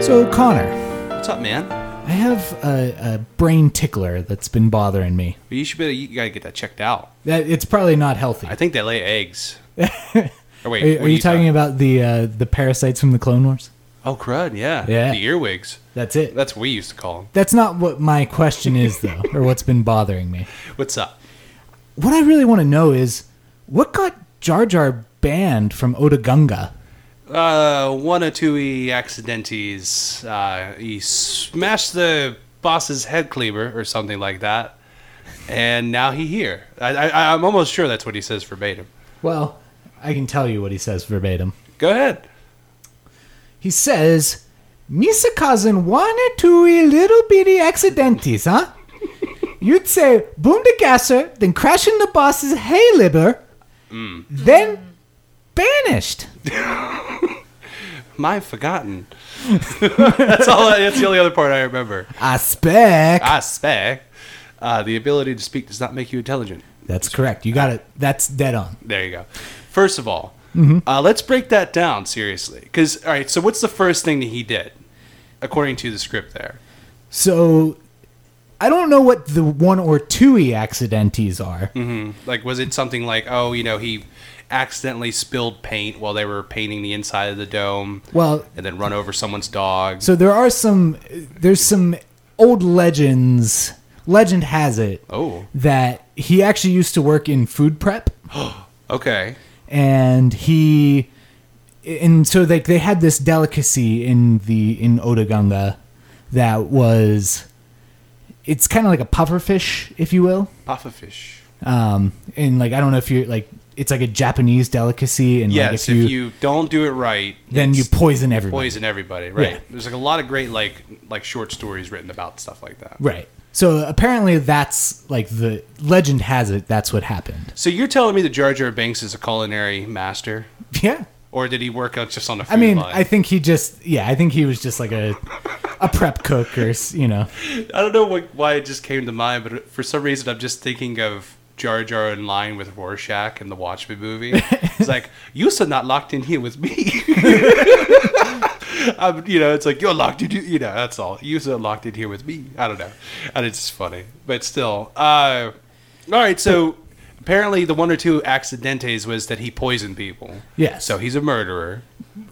So, Connor, What's up, man? I have a, a brain tickler that's been bothering me. You should be. You gotta get that checked out. That it's probably not healthy. I think they lay eggs. Or wait, Are, what are you talking about the uh, the parasites from the Clone Wars? Oh, crud! Yeah, Yeah. The earwigs. That's it. That's what we used to call That's not what my question is though, or what's been bothering me. them. What's up? What I really want to know is what got Jar Jar banned from Otagunga. Uh, one or two he accidentes. Uh, he smashed the boss's head cleaver or something like that, and now he here. I, I, I'm almost sure that's what he says verbatim. Well, I can tell you what he says verbatim. Go ahead. He says, Misa causing one or two little bitty accidentes, huh? You'd say boom the gasser, then crashing the boss's hayliber, then banished. My forgotten. that's all. I, that's the only other part I remember. I spec. I spec. Uh, the ability to speak does not make you intelligent. That's correct. You got it. That's dead on. There you go. First of all, uh, let's break that down seriously. Because all right, so what's the first thing that he did, according to the script? There, So I don't know what the one or two e accidentes are. like, was it something like, oh, you know, he accidentally spilled paint while they were painting the inside of the dome, Well, and then run over someone's dog? so there are some. There's some old legends. Legend has it oh, that he actually used to work in food prep. okay, and he and so like they had this delicacy in the in Otagunga that was it's kind of like a pufferfish, if you will. pufferfish. Um, and like I don't know if you're like it's like a Japanese delicacy, and like Yes, if you, if you don't do it right, then you it's poison everybody. poison everybody, right? Yeah. There's like a lot of great like like short stories written about stuff like that. Right. So apparently that's like the legend has it that's what happened. So you're telling me that Jar Jar Banks is a culinary master? Yeah. Or did he work out just on a food I mean, line? I think he just yeah, I think he was just like a a prep cook or s- you know. I don't know what, why it just came to mind, but for some reason I'm just thinking of Jar Jar in line with Rorschach in the Watchmen movie. It's like, you're so not locked in here with me. I'm, you know, it's like, you're locked in, you know, that's all. You're so locked in here with me. I don't know. And it's just funny. But still. Uh, all right, so apparently the one or two accidentes was that he poisoned people. Yes. So he's a murderer.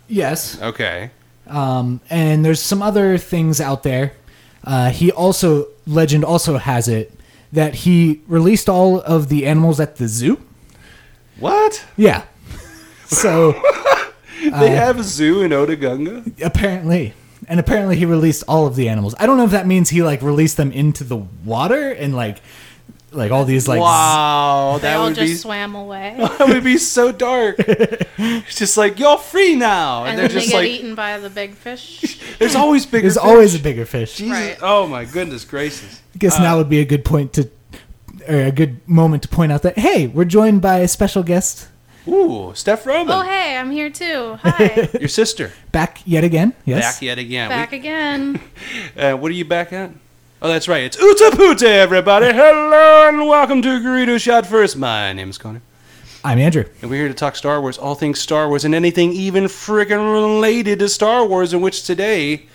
Yes. Okay. Um, and there's some other things out there. Uh, he also legend also has it that he released all of the animals at the zoo. What? Yeah. So Uh, They have a zoo in Otagunga? apparently, and apparently he released all of the animals. I don't know if that means he like released them into the water and like like all these like z- wow, They that all would just be swam away, that would be so dark. It's just like y'all free now, and, and they're then they just get like, eaten by the big fish. "There's always bigger." there's fish. always a bigger fish. Jesus. Right. Oh my goodness gracious! I guess now would be a good point to or a good moment to point out that hey, we're joined by a special guest Ooh, Steph Roman, oh hey, I'm here too. Hi, your sister, back yet again. Yes. back yet again. back again. We- uh, what are you back at? Oh, that's right. It's Uta Pute, everybody. Hello and welcome to Gerudo Shot First. My name is Connor, I'm Andrew. and we're here to talk Star Wars, all things Star Wars, and anything even freaking related to Star Wars. In which today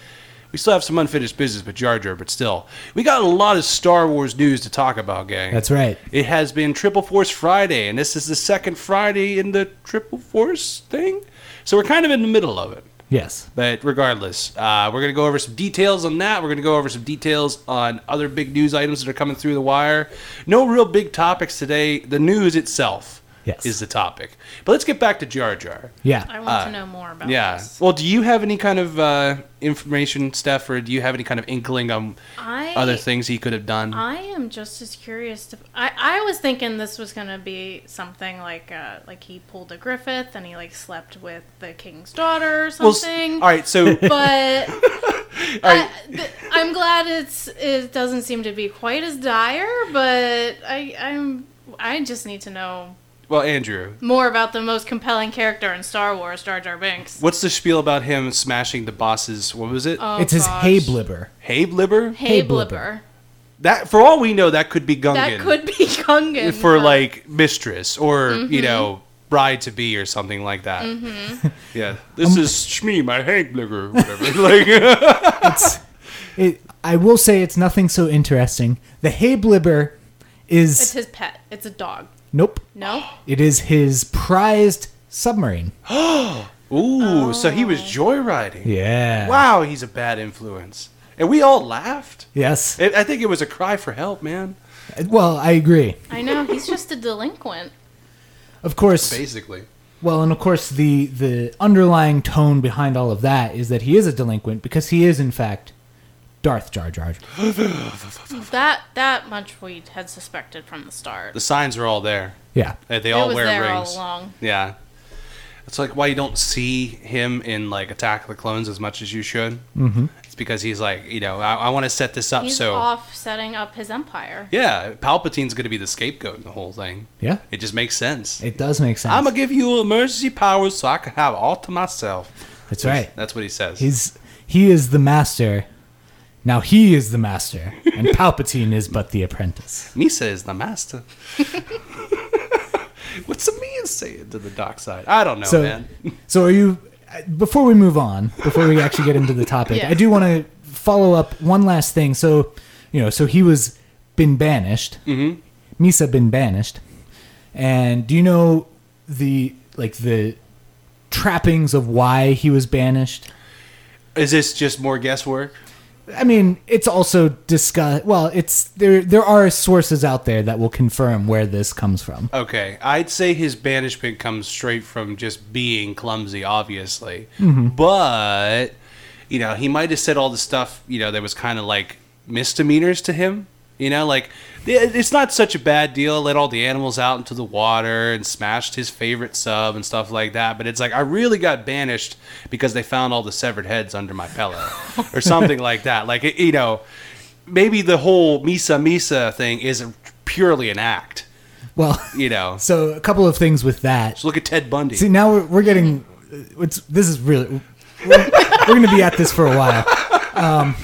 we still have some unfinished business with Jar Jar, but still, we got a lot of Star Wars news to talk about, gang. That's right. It has been Triple Force Friday, and this is the second Friday in the Triple Force thing. So we're kind of in the middle of it. Yes. But regardless, uh, we're going to go over some details on that. We're going to go over some details on other big news items that are coming through the wire. No real big topics today. The news itself Yes. is the topic. But let's get back to Jar Jar. Yeah. I want to know more about Uh, Yeah. this. Well, do you have any kind of uh, information, Steph, or do you have any kind of inkling on I other things he could have done? I am just as curious. To, I I was thinking this was gonna be something like uh like he pulled a Griffith and he like slept with the king's daughter or Well, s- something. all right. So But right. I, th- I'm glad it's it doesn't seem to be quite as dire. But I I'm I just need to know well, Andrew, more about the most compelling character in Star Wars, Jar Jar Binks. What's the spiel about him smashing the boss's? What was it? Oh, it's his gosh. hay blibber. Hey, Blibber. Hey, Hay blubber. blubber. That for all we know, that could be Gungan. That could be Gungan Mm-hmm. for like mistress or you know bride to be or something like that. Yeah, this is Shmi, my Hank Blicker, whatever. like, It, I will say it's nothing so interesting. The hay blibber It's is his pet. It's a dog. nope. No? It is his prized submarine. ooh, so he Oh. was joyriding. Yeah. Wow, he's a bad influence, and we all laughed. Yes. It, I think it was a cry for help, man. Well, I agree. I know. He's just a delinquent. Of course. Basically, Well, and of course, the the underlying tone behind all of that is that he is a delinquent because he is, in fact, Darth Jar Jar. That that much we had suspected from the start. the signs are all there. Yeah. They they It all was wear there all rings. along. Yeah. It's like why you don't see him in like Attack of the Clones as much as you should. Mm-hmm. It's because he's like, you know, I, I want to set this up He's so off setting up his empire. yeah, Palpatine's going to be the scapegoat in the whole thing. Yeah. It just makes sense. It does make sense. I'm gonna give you emergency powers so I can have all to myself. That's right. That's what he says. He's he is the master. Now he is the master, and Palpatine is but the apprentice. Misa is the master. What's a man saying to the dark side? I don't know, so, Oh, man. so are you? uh, Before we move on, before we actually get into the topic, Yeah. I do want to follow up one last thing. So, you know, so he was been banished. Mm-hmm. Misa been banished, and do you know the like the trappings of why he was banished? Is this just more guesswork? I mean, it's also discuss. Well, it's there. There are sources out there that will confirm where this comes from. Okay, I'd say his banishment comes straight from just being clumsy, obviously. But you know, he might have said all the stuff you know that was kind of like misdemeanors to him. You know, like it- it's not such a bad deal. Let all the animals out into the water and smashed his favorite sub and stuff like that. But it's like I really got banished because they found all the severed heads under my pillow or something like that. Like it, you know, maybe the whole Misa Misa thing is purely an act. Well. You know, So a couple of things with that. so look at Ted Bundy. See, now we're, we're getting. It's, this is really. We're, we're going to be at this for a while. Um,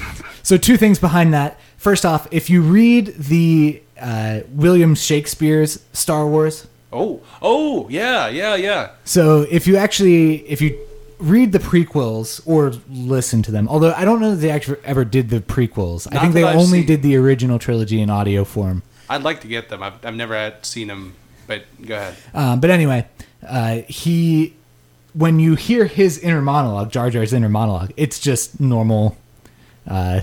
so two things behind that. First off, if you read the uh, William Shakespeare's Star Wars, oh, oh, yeah, yeah, yeah. so if you actually if you read the prequels or listen to them, although I don't know that they actually ever did the prequels. I Not think that they I've only seen. did the original trilogy in audio form. I'd like to get them. I've, I've never had seen them, but go ahead. Um, but anyway, uh, he when you hear his inner monologue, Jar Jar's inner monologue, it's just normal. Uh,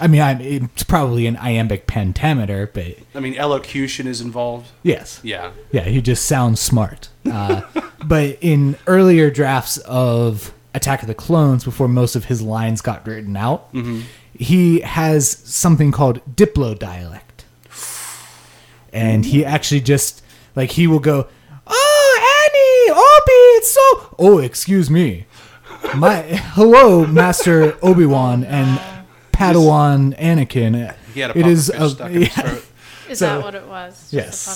I mean, I'm, it's probably an iambic pentameter, but I mean, elocution is involved. yes, Yeah. yeah, he just sounds smart. Uh, but in earlier drafts of Attack of the Clones, before most of his lines got written out, Mm-hmm. he has something called Diplo dialect, and he actually just like he will go, "Oh, Annie, Obi, it's so." Oh, excuse me, my hello, Master Obi Wan and Padawan Anakin. He had a It is pufferfish stuck in his yeah, throat. Is So- that what it was? Just a Yes.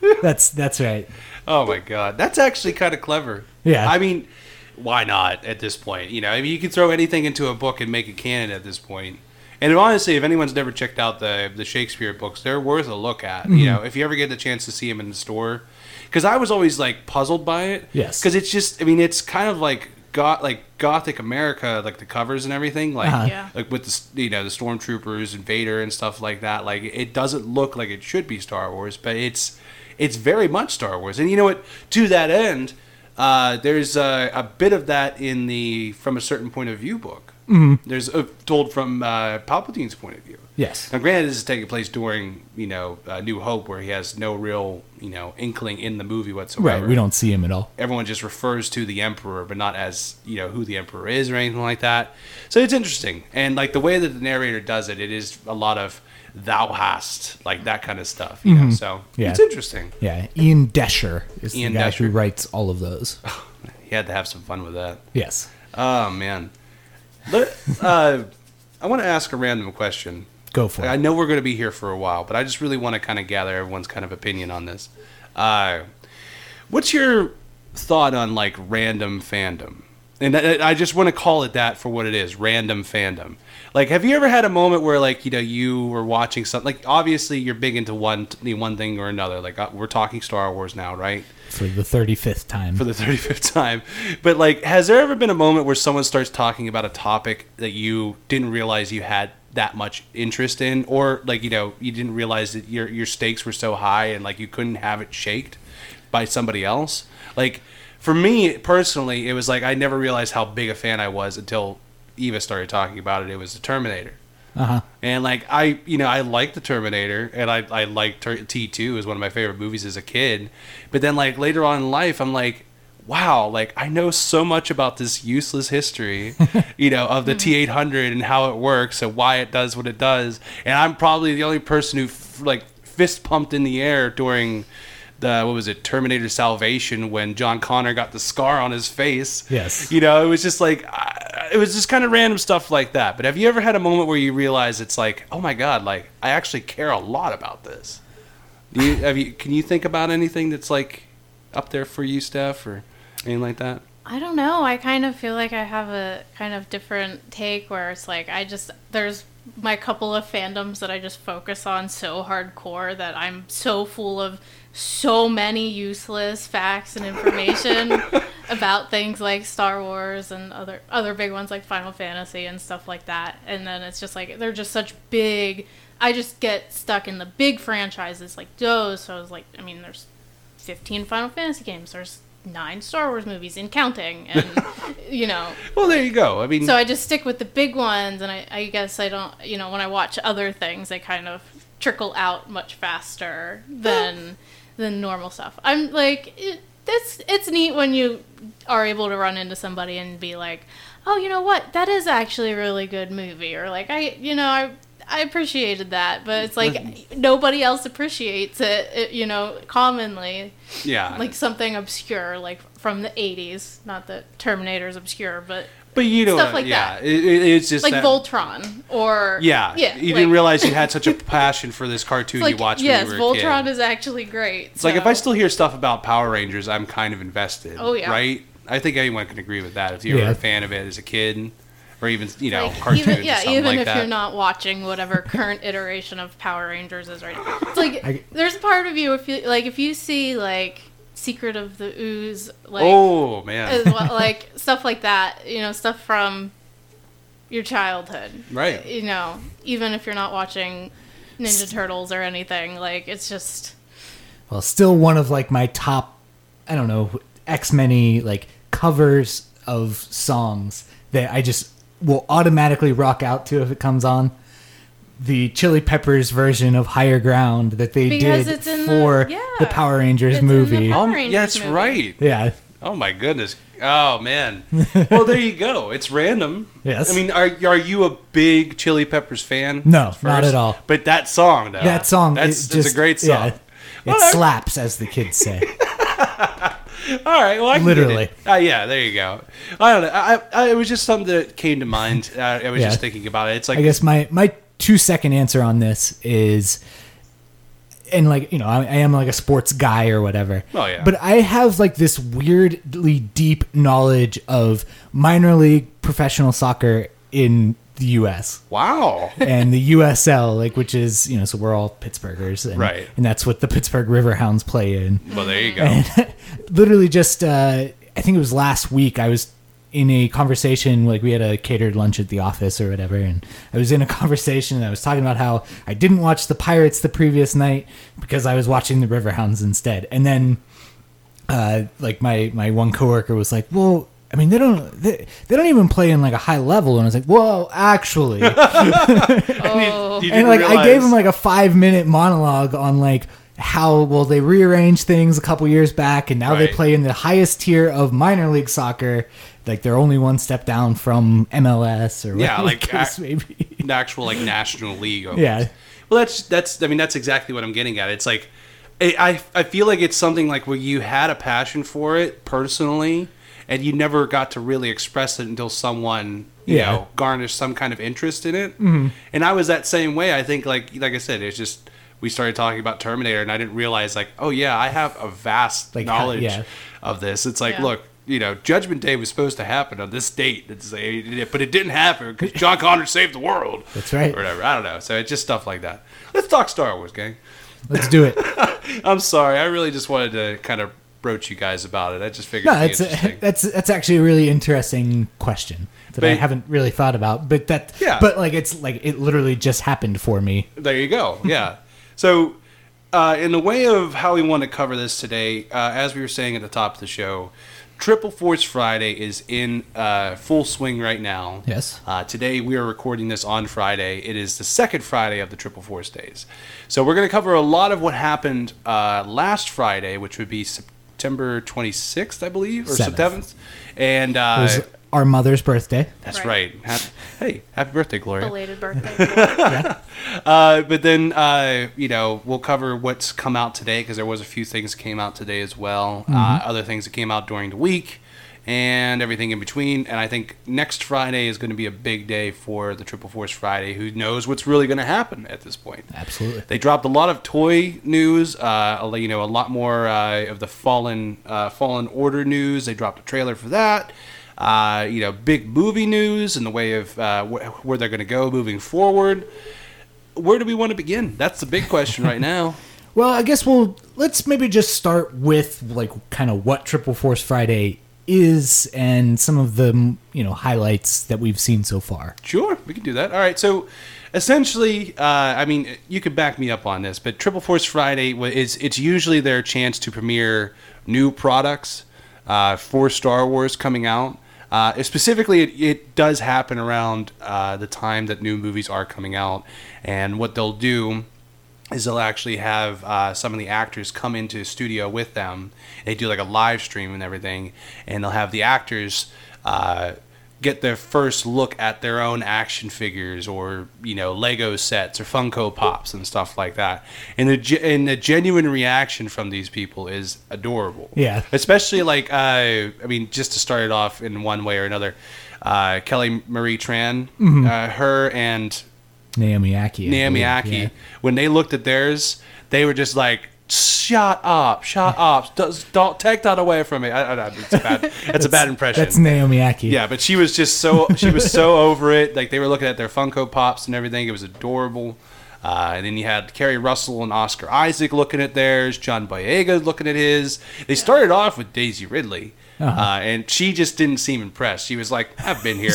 pufferfish. that's that's right. Oh my god, that's actually kind of clever. Yeah. I mean, why not at this point? You know, I mean, you can throw anything into a book and make it canon at this point. And honestly, if anyone's never checked out the the Shakespeare books, they're worth a look at. Mm-hmm. You know, if you ever get the chance to see them in the store, because I was always like puzzled by it. Yes. Because it's just, I mean, it's kind of like got like gothic America, like the covers and everything, like Uh-huh. Yeah. like with the s- you know the stormtroopers and Vader and stuff like that. Like it doesn't look like it should be Star Wars, but it's it's very much Star Wars. And you know what? To that end, uh, there's a, a bit of that in the from a certain point of view book. Mm-hmm. There's uh, told from uh, Palpatine's point of view. Yes. Now, granted, this is taking place during you know uh, New Hope, where he has no real you know inkling in the movie whatsoever Right, we don't see him at all. everyone just refers to the emperor but not as you know who the emperor is or anything like that so it's interesting and like the way that the narrator does it it is a lot of thou hast like that kind of stuff you know so Yeah. it's interesting Yeah, Ian Desher is Ian the guy who Desher. writes all of those. he had to have some fun with that Yes. oh man Let, uh, i want to ask a random question Go for I it. know we're going to be here for a while, but I just really want to kind of gather everyone's kind of opinion on this. Uh, what's your thought on like random fandom? and I, I just want to call it that for what it is random fandom like have you ever had a moment where like you know you were watching something like obviously you're big into one one thing or another like uh, we're talking star wars now right for the 35th time. for the 35th time but like has there ever been a moment where someone starts talking about a topic that you didn't realize you had that much interest in or like you know you didn't realize that your your stakes were so high and like you couldn't have it shaked by somebody else like for me personally it was like i never realized how big a fan i was until eva started talking about it it was the terminator uh-huh. and like I, you know, I liked the Terminator, and I I liked T two is one of my favorite movies as a kid. But then like later on in life, I'm like, wow, like I know so much about this useless history, you know, of the T eight hundred and how it works and why it does what it does. And I'm probably the only person who f- like fist pumped in the air during. The, what was it? Terminator Salvation when John Connor got the scar on his face. Yes. You know, it was just like I- it was just kind of random stuff like that. But have you ever had a moment where you realize it's like, oh my god, like I actually care a lot about this? Do you, have you? Can you think about anything that's like up there for you, Steph, or anything like that? I don't know. I kind of feel like I have a kind of different take where it's like I just there's my couple of fandoms that I just focus on so hardcore that I'm so full of so many useless facts and information about things like Star Wars and other other big ones like Final Fantasy and stuff like that. And then it's just like they're just such big I just get stuck in the big franchises like those. So I was like I mean there's 15 Final Fantasy games. There's nine Star Wars movies and counting. And, you know, Well, there you go. I mean, so I just stick with the big ones. And I, I guess I don't, you know, when I watch other things, they kind of trickle out much faster than than normal stuff. I'm like, it, that's it's neat when you are able to run into somebody and be like, oh, you know what? That is actually a really good movie. Or like, I, you know, I. I appreciated that, but it's like nobody else appreciates it, it you know, commonly yeah. like something obscure, like from the '80s. Not that Terminator's obscure, but but you know, stuff like yeah. that. It, it- it's just like that- Voltron or Yeah, yeah. You like- didn't realize you had such a passion for this cartoon it's like, you watched Yes, when you were a kid. Voltron is actually great. It's like if I still hear stuff about Power Rangers, I'm kind of invested. Oh, yeah. right. I think anyone can agree with that if you were Yeah. a fan of it as a kid, or even you know Like, cartoons even, or yeah, something even like if that. you're not watching whatever current iteration of Power Rangers is right now, it's like I- there's a part of you if you like if you see like Secret of the Ooze, like oh man, as well, like stuff like that. You know, stuff from your childhood. Right. You know, even if you're not watching Ninja Turtles or anything, like it's just Well, still one of like my top, I don't know, X many like covers of songs that I just will automatically rock out to if it comes on. The Chili Peppers version of Higher Ground that they Because did it's in the- for yeah. the Power Rangers It's in the movie. Power Um, Rangers yeah, that's movie. right. yeah. Oh my goodness. Oh man. well, there you go. It's random. Yes. I mean, are are you a big Chili Peppers fan? No, at not first? at all. But that song, though. That song Uh, it That's it's just- a great yeah, song. it slaps as the kids say. All right. Well, I can get Literally. it. Uh, yeah. There you go. I don't know. I, I it was just something that came to mind. Uh, I was Yeah. just thinking about it. It's like I guess my my two second answer on this is, and like you know, I, I am like a sports guy or whatever. Oh, yeah. But I have like this weirdly deep knowledge of minor league professional soccer in the U.S. wow. and the USL, like which is you know, so we're all Pittsburghers, and, Right. And that's what the Pittsburgh Riverhounds play in well, there you go. literally just uh, I think it was last week I was in a conversation like we had a catered lunch at the office or whatever and I was in a conversation and I was talking about how I didn't watch the Pirates the previous night because I was watching the Riverhounds instead and then uh, like my my one coworker was like well I mean they don't they, they don't even play in like a high level and I was like well actually oh. You and didn't like I gave realize- him like a five minute monologue on like how well they rearranged things a couple years back, and now Right. they play in the highest tier of minor league soccer. Like they're only one step down from MLS or Yeah, whatever like, the case I- may be. the actual like national league. Almost. Yeah. Well, that's that's. I mean, that's exactly what I'm getting at. It's like, I I I feel like it's something like where you had a passion for it personally, and you never got to really express it until someone you Yeah. know garnished some kind of interest in it. Mm-hmm. And I was that same way. I think like like I said, it's just we started talking about Terminator, and I didn't realize like, oh yeah, I have a vast Like, how- knowledge yeah. of this. It's like, Yeah. look, you know, Judgment Day was supposed to happen on this date, it's like, but it didn't happen because John Connor saved the world. That's right. Or whatever. I don't know. So it's just stuff like that. Let's talk Star Wars, gang. Let's do it. I'm sorry. I really just wanted to kind of broach you guys about it. I just figured No, it'd that's be interesting. that's that's actually a really interesting question that I But- haven't really thought about. But that, Yeah. But like, it's like it literally just happened for me. There you go. Yeah. so, uh, in the way of how we want to cover this today, uh, as we were saying at the top of the show, Triple Force Friday is in uh, full swing right now. Yes. Uh, today we are recording this on Friday. It is the second Friday of the Triple Force days. So we're going to cover a lot of what happened uh, last Friday, which would be September 26th, I believe, or Seventh. 7th. And uh, It was our mother's birthday. that's Right. right. Hap- hey, happy birthday, Gloria. Belated birthday. Uh, but then uh, you know we'll cover what's come out today because there was a few things that came out today as well. Uh, other things that came out during the week and everything in between. And I think next Friday is going to be a big day for the Triple Force Friday. Who knows what's really going to happen at this point? Absolutely. They dropped a lot of toy news, uh, a- you know, a lot more uh, of the Fallen uh, Fallen Order news. They dropped a trailer for that. Uh, you know, big movie news in the way of uh, wh- where they're going to go moving forward. Where do we want to begin? That's the big question right now. Well, I guess we'll let's maybe just start with like kind of what Triple Force Friday is and some of the you know highlights that we've seen so far. Sure, we can do that. All right. So, essentially, uh, I mean, you could back me up on this, but Triple Force Friday wa- is it's usually their chance to premiere new products uh, for Star Wars coming out. Uh, it- specifically, it, it does happen around uh, the time that new movies are coming out, and what they'll do is they'll actually have uh, some of the actors come into the studio with them. They do like a live stream and everything, and they'll have the actors uh, get their first look at their own action figures or you know Lego sets or Funko Pops and stuff like that. And the ge- and the genuine reaction from these people is adorable. Yeah. especially like uh, I mean, just to start it off in one way or another, uh, Kelly Marie Tran, uh, her and Naomi Aki. I Naomi believe, Aki, yeah. when they looked at theirs, they were just like, "Shut up! Shut up! Don't, don't take that away from me." I, I, I- it's a bad. That's, a bad impression. That's Naomi Aki. yeah, but she was just so she was so over it. Like they were looking at their Funko Pops and everything. It was adorable. Uh, and then you had Carrie Russell and Oscar Isaac looking at theirs. John Boyega looking at his. They started off with Daisy Ridley, uh and she just didn't seem impressed. She was like, "I've been here."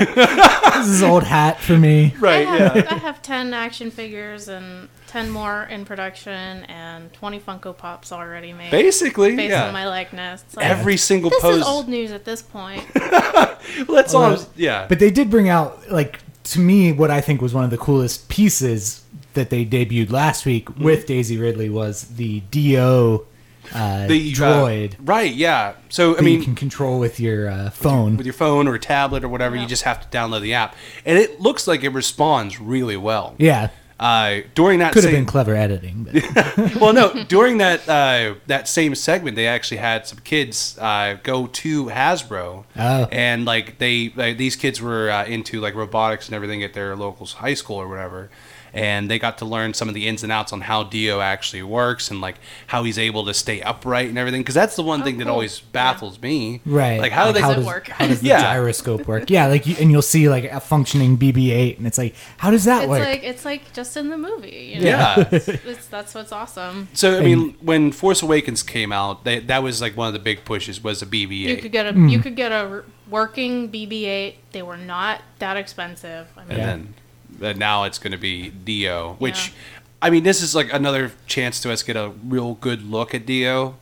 This is old hat for me. right? I, Yeah. have, I have 10 action figures and 10 more in production and 20 Funko Pops already made. Basically, based yeah. on my likeness. It's like, Every single this pose. is old news at this point. Well, that's all. I was- Uh, Yeah. But they did bring out like to me what I think was one of the coolest pieces that they debuted last week Mm-hmm. with Daisy Ridley was the Do uh, the uh, droid right? Yeah. So I that mean, you can control with your uh, phone. with your phone or tablet or whatever, Yeah. you just have to download the app, and it looks like it responds really well. yeah, Uh, during that could have same, been clever editing. But well, no, during that uh, that same segment, they actually had some kids uh, go to Hasbro, Oh. and like they like, these kids were uh, into like robotics and everything at their local high school or whatever, and they got to learn some of the ins and outs on how Dio actually works and like how he's able to stay upright and everything because that's the one Oh, thing that cool. always Yeah. baffles me. right, Like how do they how does does it work? How does the Yeah. gyroscope work? Yeah, like you, and you'll see like a functioning BB-8, and it's like how does that It's work? like it's like just in the movie. You know? Yeah. It's- that's what's awesome. so I mean, when Force Awakens came out, they, that was like one of the big pushes was a You BB-8, could get a Hmm. you could get a r- working BB-8. They were not that expensive. I mean, and then and now it's going to be Dio, which Yeah. I mean, this is like another chance to us get a real good look at Dio,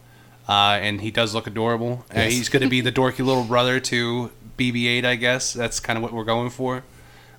uh, and he does look adorable. And Yes. he's going to be the dorky little brother to BB-8, I guess. That's kind of what we're going for,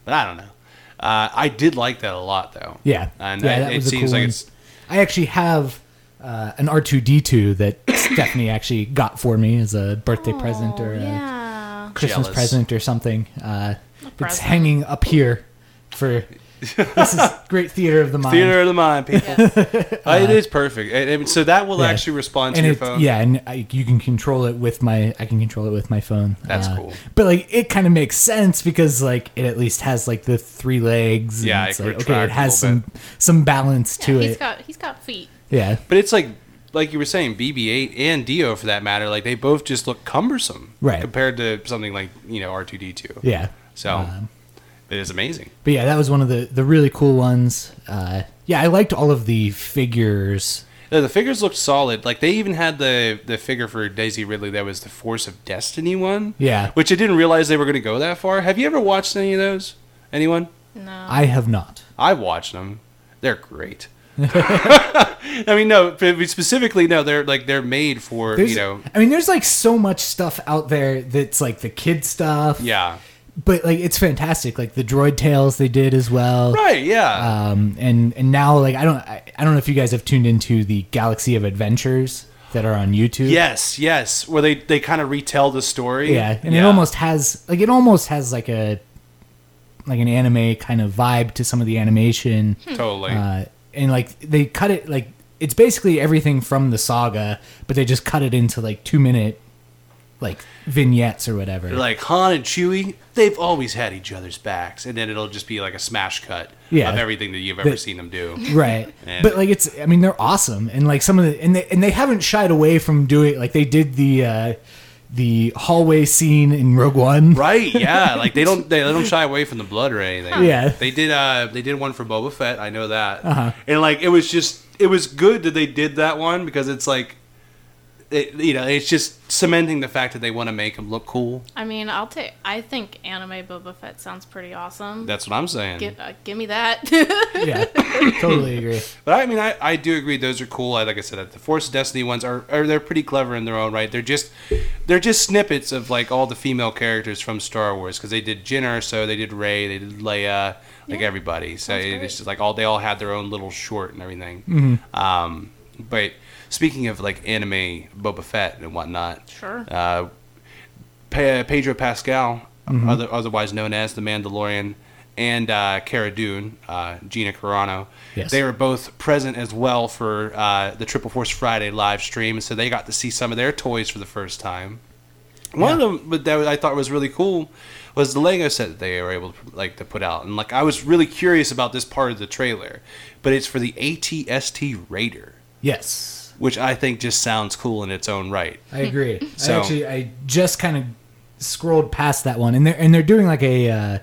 but I don't know. Uh, I did like that a lot though. Yeah, and yeah, I- that it was a seems cool like one. it's I actually have uh, an R two D two that Stephanie actually got for me as a birthday present Oh, or uh, a yeah. Christmas Jealous. present or something. Uh, it's present. hanging up here for this is great theater of the mind. theater of the mind, people. Yes. Uh, it is perfect, and, and so that will Yeah. actually respond to and your it, phone. yeah, and I, you can control it with my. I can control it with my phone. That's Uh, cool. But like, it kind of makes sense because like it at least has like the three legs. and Yeah, it it's can like, okay, retract it a has little some some balance to He's it. got he's got feet. yeah, But it's like like you were saying, BB-8 and Dio for that matter, like they both just look cumbersome, Right. Compared to something like you know R2D2. Yeah. Uh-huh. So it is amazing. But yeah, that was one of the the really cool ones. Uh, yeah, I liked all of the figures. No, the figures looked solid. Like they even had the the figure for Daisy Ridley that was the Force of Destiny one. Yeah. Which I didn't realize they were going to go that far. Have you ever watched any of those? Anyone? No. I have not. I watched them. They're great. I mean, no, but specifically, no. They're like they're made for There's, you know, I mean, there's like so much stuff out there that's like the kid stuff. yeah, But like, it's fantastic. Like the droid tales they did as well. right, yeah. Um, and and now like I don't I, I don't know if you guys have tuned into the Galaxy of Adventures that are on YouTube. yes, yes. Where they they kind of retell the story. Yeah, and it almost has like it almost has like a like an anime kind of vibe to some of the animation. totally. uh, and like they cut it like it's basically everything from the saga, but they just cut it into like two minute like vignettes or whatever. They're like Han and Chewie, they've always had each other's backs, and then it'll just be like a smash cut Yeah. of everything that you've ever The- seen them do. right, Yeah. but like it's I mean they're awesome and like some of the and they and they haven't shied away from doing like they did the uh the hallway scene in Rogue One. Right, yeah. Like they don't they, they don't shy away from the blood or anything. Yeah. Uh-huh. They did uh they did one for Boba Fett, I know that. And like it was just it was good that they did that one because it's like it, you know, it's just cementing the fact that they want to make him look cool. I mean, I'll take. I think anime Boba Fett sounds pretty awesome. That's what I'm saying. Get, uh, give me that. Yeah, totally agree. But I mean, I, I do agree those are cool. I like I said, the Force of Destiny ones are, are they're pretty clever in their own right. They're just they're just snippets of like all the female characters from Star Wars because they did Jyn Erso, they did Rey, they did Leia, like Yeah. everybody. So Sounds it's great. just like all they all had their own little short and everything. Um, but speaking of like anime Boba Fett and whatnot, Sure. Uh, Pe- Pedro Pascal, other, otherwise known as the Mandalorian, and uh, Cara Dune, uh, Gina Carano. Yes. They were both present as well for uh, the Triple Force Friday live stream, so they got to see some of their toys for the first time. One of them but that I thought was really cool was the Lego set that they were able to like to put out, and like I was really curious about this part of the trailer, but it's for the ATST Raider, Yes, which I think just sounds cool in its own right. I agree. I So- actually I just kind of scrolled past that one, and they're and they're doing like a uh,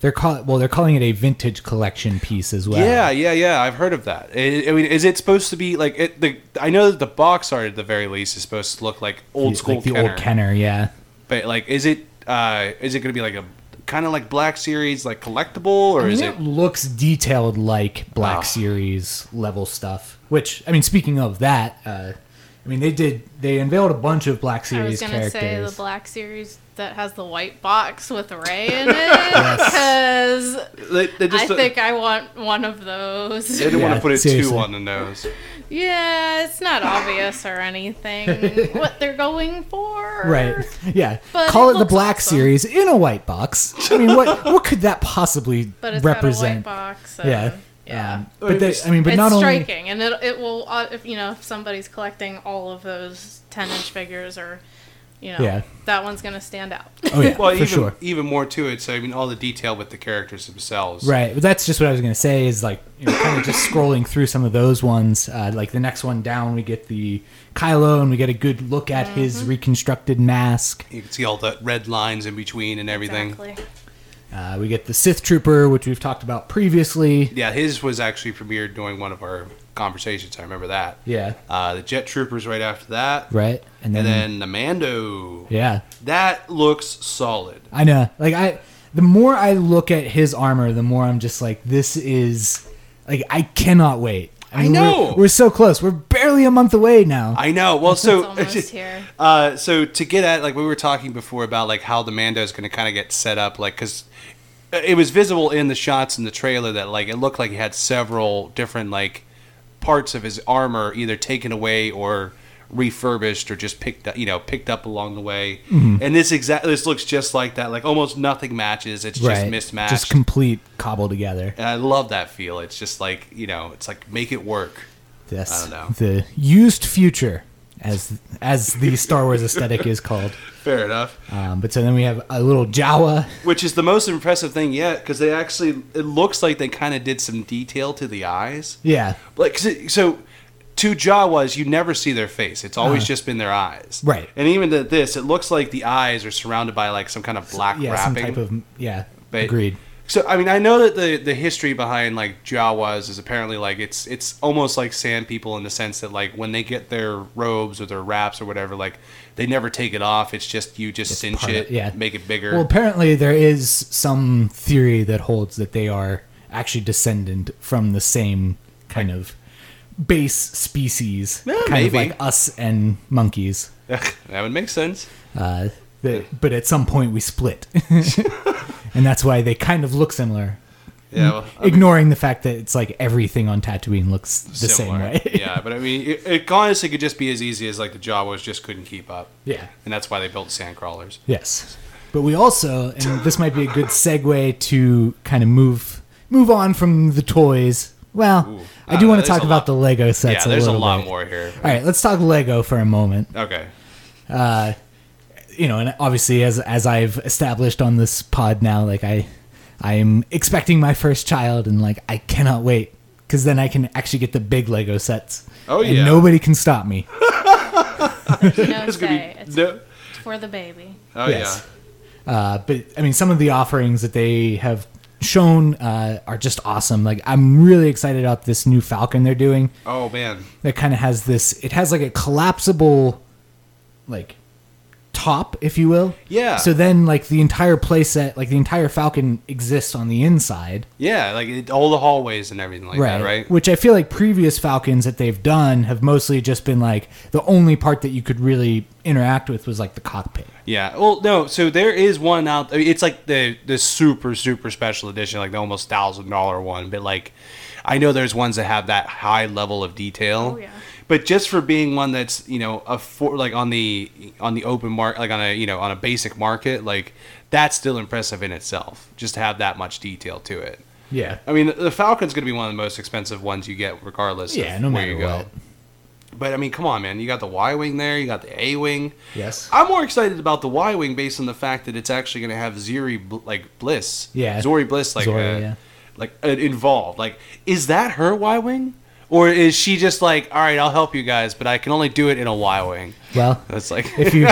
they're call well they're calling it a vintage collection piece as well. Yeah, yeah, yeah. I've heard of that. I, I mean, is it supposed to be like it, the? I know that the box art at the very least is supposed to look like old school like the Kenner, old Kenner. Yeah, but like, is it? Uh, is it going to be like a kind of like Black Series, like collectible, or I is mean, it? it looks detailed like Black Ah. Series level stuff. Which I mean, speaking of that, uh, I mean they did they unveiled a bunch of Black I was Series gonna characters. say the Black Series that has the white box with Ray in it because They, they I just, think I want one of those. they didn't want Yeah, to put it seriously. too on the nose. Yeah, it's not obvious or anything what they're going for. Right. Yeah. But Call it it, the looks Black awesome. Series in a white box. I mean, what what could that possibly But it's represent? got a white box. So, yeah. yeah. Um, but they, I mean, but it's not only striking, and it it will uh, if you know if somebody's collecting all of those ten inch figures or you know Yeah. that one's gonna stand out. Oh yeah, Well, for even sure. even more to it. So I mean, all the detail with the characters themselves. Right. But that's just what I was going to say is like you know, kind of just scrolling through some of those ones. Uh, like the next one down, we get the Kylo and we get a good look at his Mm-hmm. reconstructed mask. You can see all the red lines in between and everything. Exactly. Uh, we get the Sith Trooper, which we've talked about previously. Yeah, his was actually premiered during one of our conversations. I remember that. Yeah. Uh, the Jet Troopers right after that. Right. And then, and then the Mando. yeah. That looks solid. I know. Like I the more I look at his armor, the more I'm just like this is like I cannot wait. I mean, we're- know. We're, so close. We're barely a month away now. I know. Well, so almost here. Uh, so to get at like we were talking before about like how the Mando is going to kind of get set up, like because it was visible in the shots in the trailer that like it looked like he had several different like parts of his armor either taken away or refurbished or just picked up you know picked up along the way and this exact this looks just like that like almost nothing matches it's just mismatched Just complete cobbled together. and i love that feel it's just like you know it's like make it work This I don't know. the used future as as the Star Wars aesthetic is called. fair enough Um, but so then we have a little Jawa. which is the most impressive thing yet because they actually it looks like they kind of did some detail to the eyes Yeah. like 'cause it- so to Jawas, you never see their face. It's always just been their eyes. Uh-huh. Right. And even at this, it looks like the eyes are surrounded by like some kind of black yeah, wrapping. some type of yeah. But- Agreed. So I mean, I know that the the history behind like Jawas is apparently like it's it's almost like sand people in the sense that like when they get their robes or their wraps or whatever, like they never take it off. It's just you just cinch part of it, it, yeah. make it bigger. Well, apparently there is some theory that holds that they are actually descended from the same kind of base species, Yeah, kind of maybe. like us and monkeys. that would make sense. Uh, that, but at some point we split, and that's why they kind of look similar. Yeah. Well, I mean, Ignoring the fact that it's like everything on Tatooine looks the similar. same way. yeah, but I mean, it, it honestly could just be as easy as like the Jawas just couldn't keep up. yeah. And that's why they built sand crawlers. Yes. But we also, and this might be a good segue to kind of move move on from the toys. Well, Ooh. I I do want don't know, to there's talk a about lot- the Lego sets. yeah, there's a, little lot bit. more here. All right, let's talk Lego for a moment. Okay. You know, and obviously, as as I've established on this pod now, like I, I am expecting my first child, and like I cannot wait because then I can actually get the big Lego sets. Oh, and yeah. nobody can stop me. No It's gonna say. be It's no. for the baby. Oh Yes. Uh, but I mean, some of the offerings that they have shown uh, are just awesome. Like, I'm really excited about this new Falcon they're doing. yeah. Oh man. That kind of has this. It has like a collapsible, like, top, if you will. Yeah. So then, like the entire playset, like the entire Falcon exists on the inside, Yeah, like it, all the hallways and everything like that, right? Which I feel like previous Falcons that they've done have mostly just been like the only part that you could really interact with was like the cockpit. Yeah. Well, no. So there is one out. I mean, it's like the the super super special edition, like the almost thousand dollar one. But like, I know there's ones that have that high level of detail. Oh, yeah. But just for being one that's you know a for like on the on the open market, like on a you know on a basic market, like that's still impressive in itself. Just to have that much detail to it. Yeah. I mean, the- the Falcon's going to be one of the most expensive ones you get, regardless. of Yeah. No where matter you go. what. But I mean, come on, man. You got the Y wing there. You got the A wing. Yes. I'm more excited about the Y wing based on the fact that it's actually going to have Zuri bl- like Bliss. Yeah. Zori Bliss like Zori, uh, yeah. like uh, involved. Like, is that her Y wing, or is she just like, all right, I'll help you guys, but I can only do it in a Y wing. Well, That's like. if you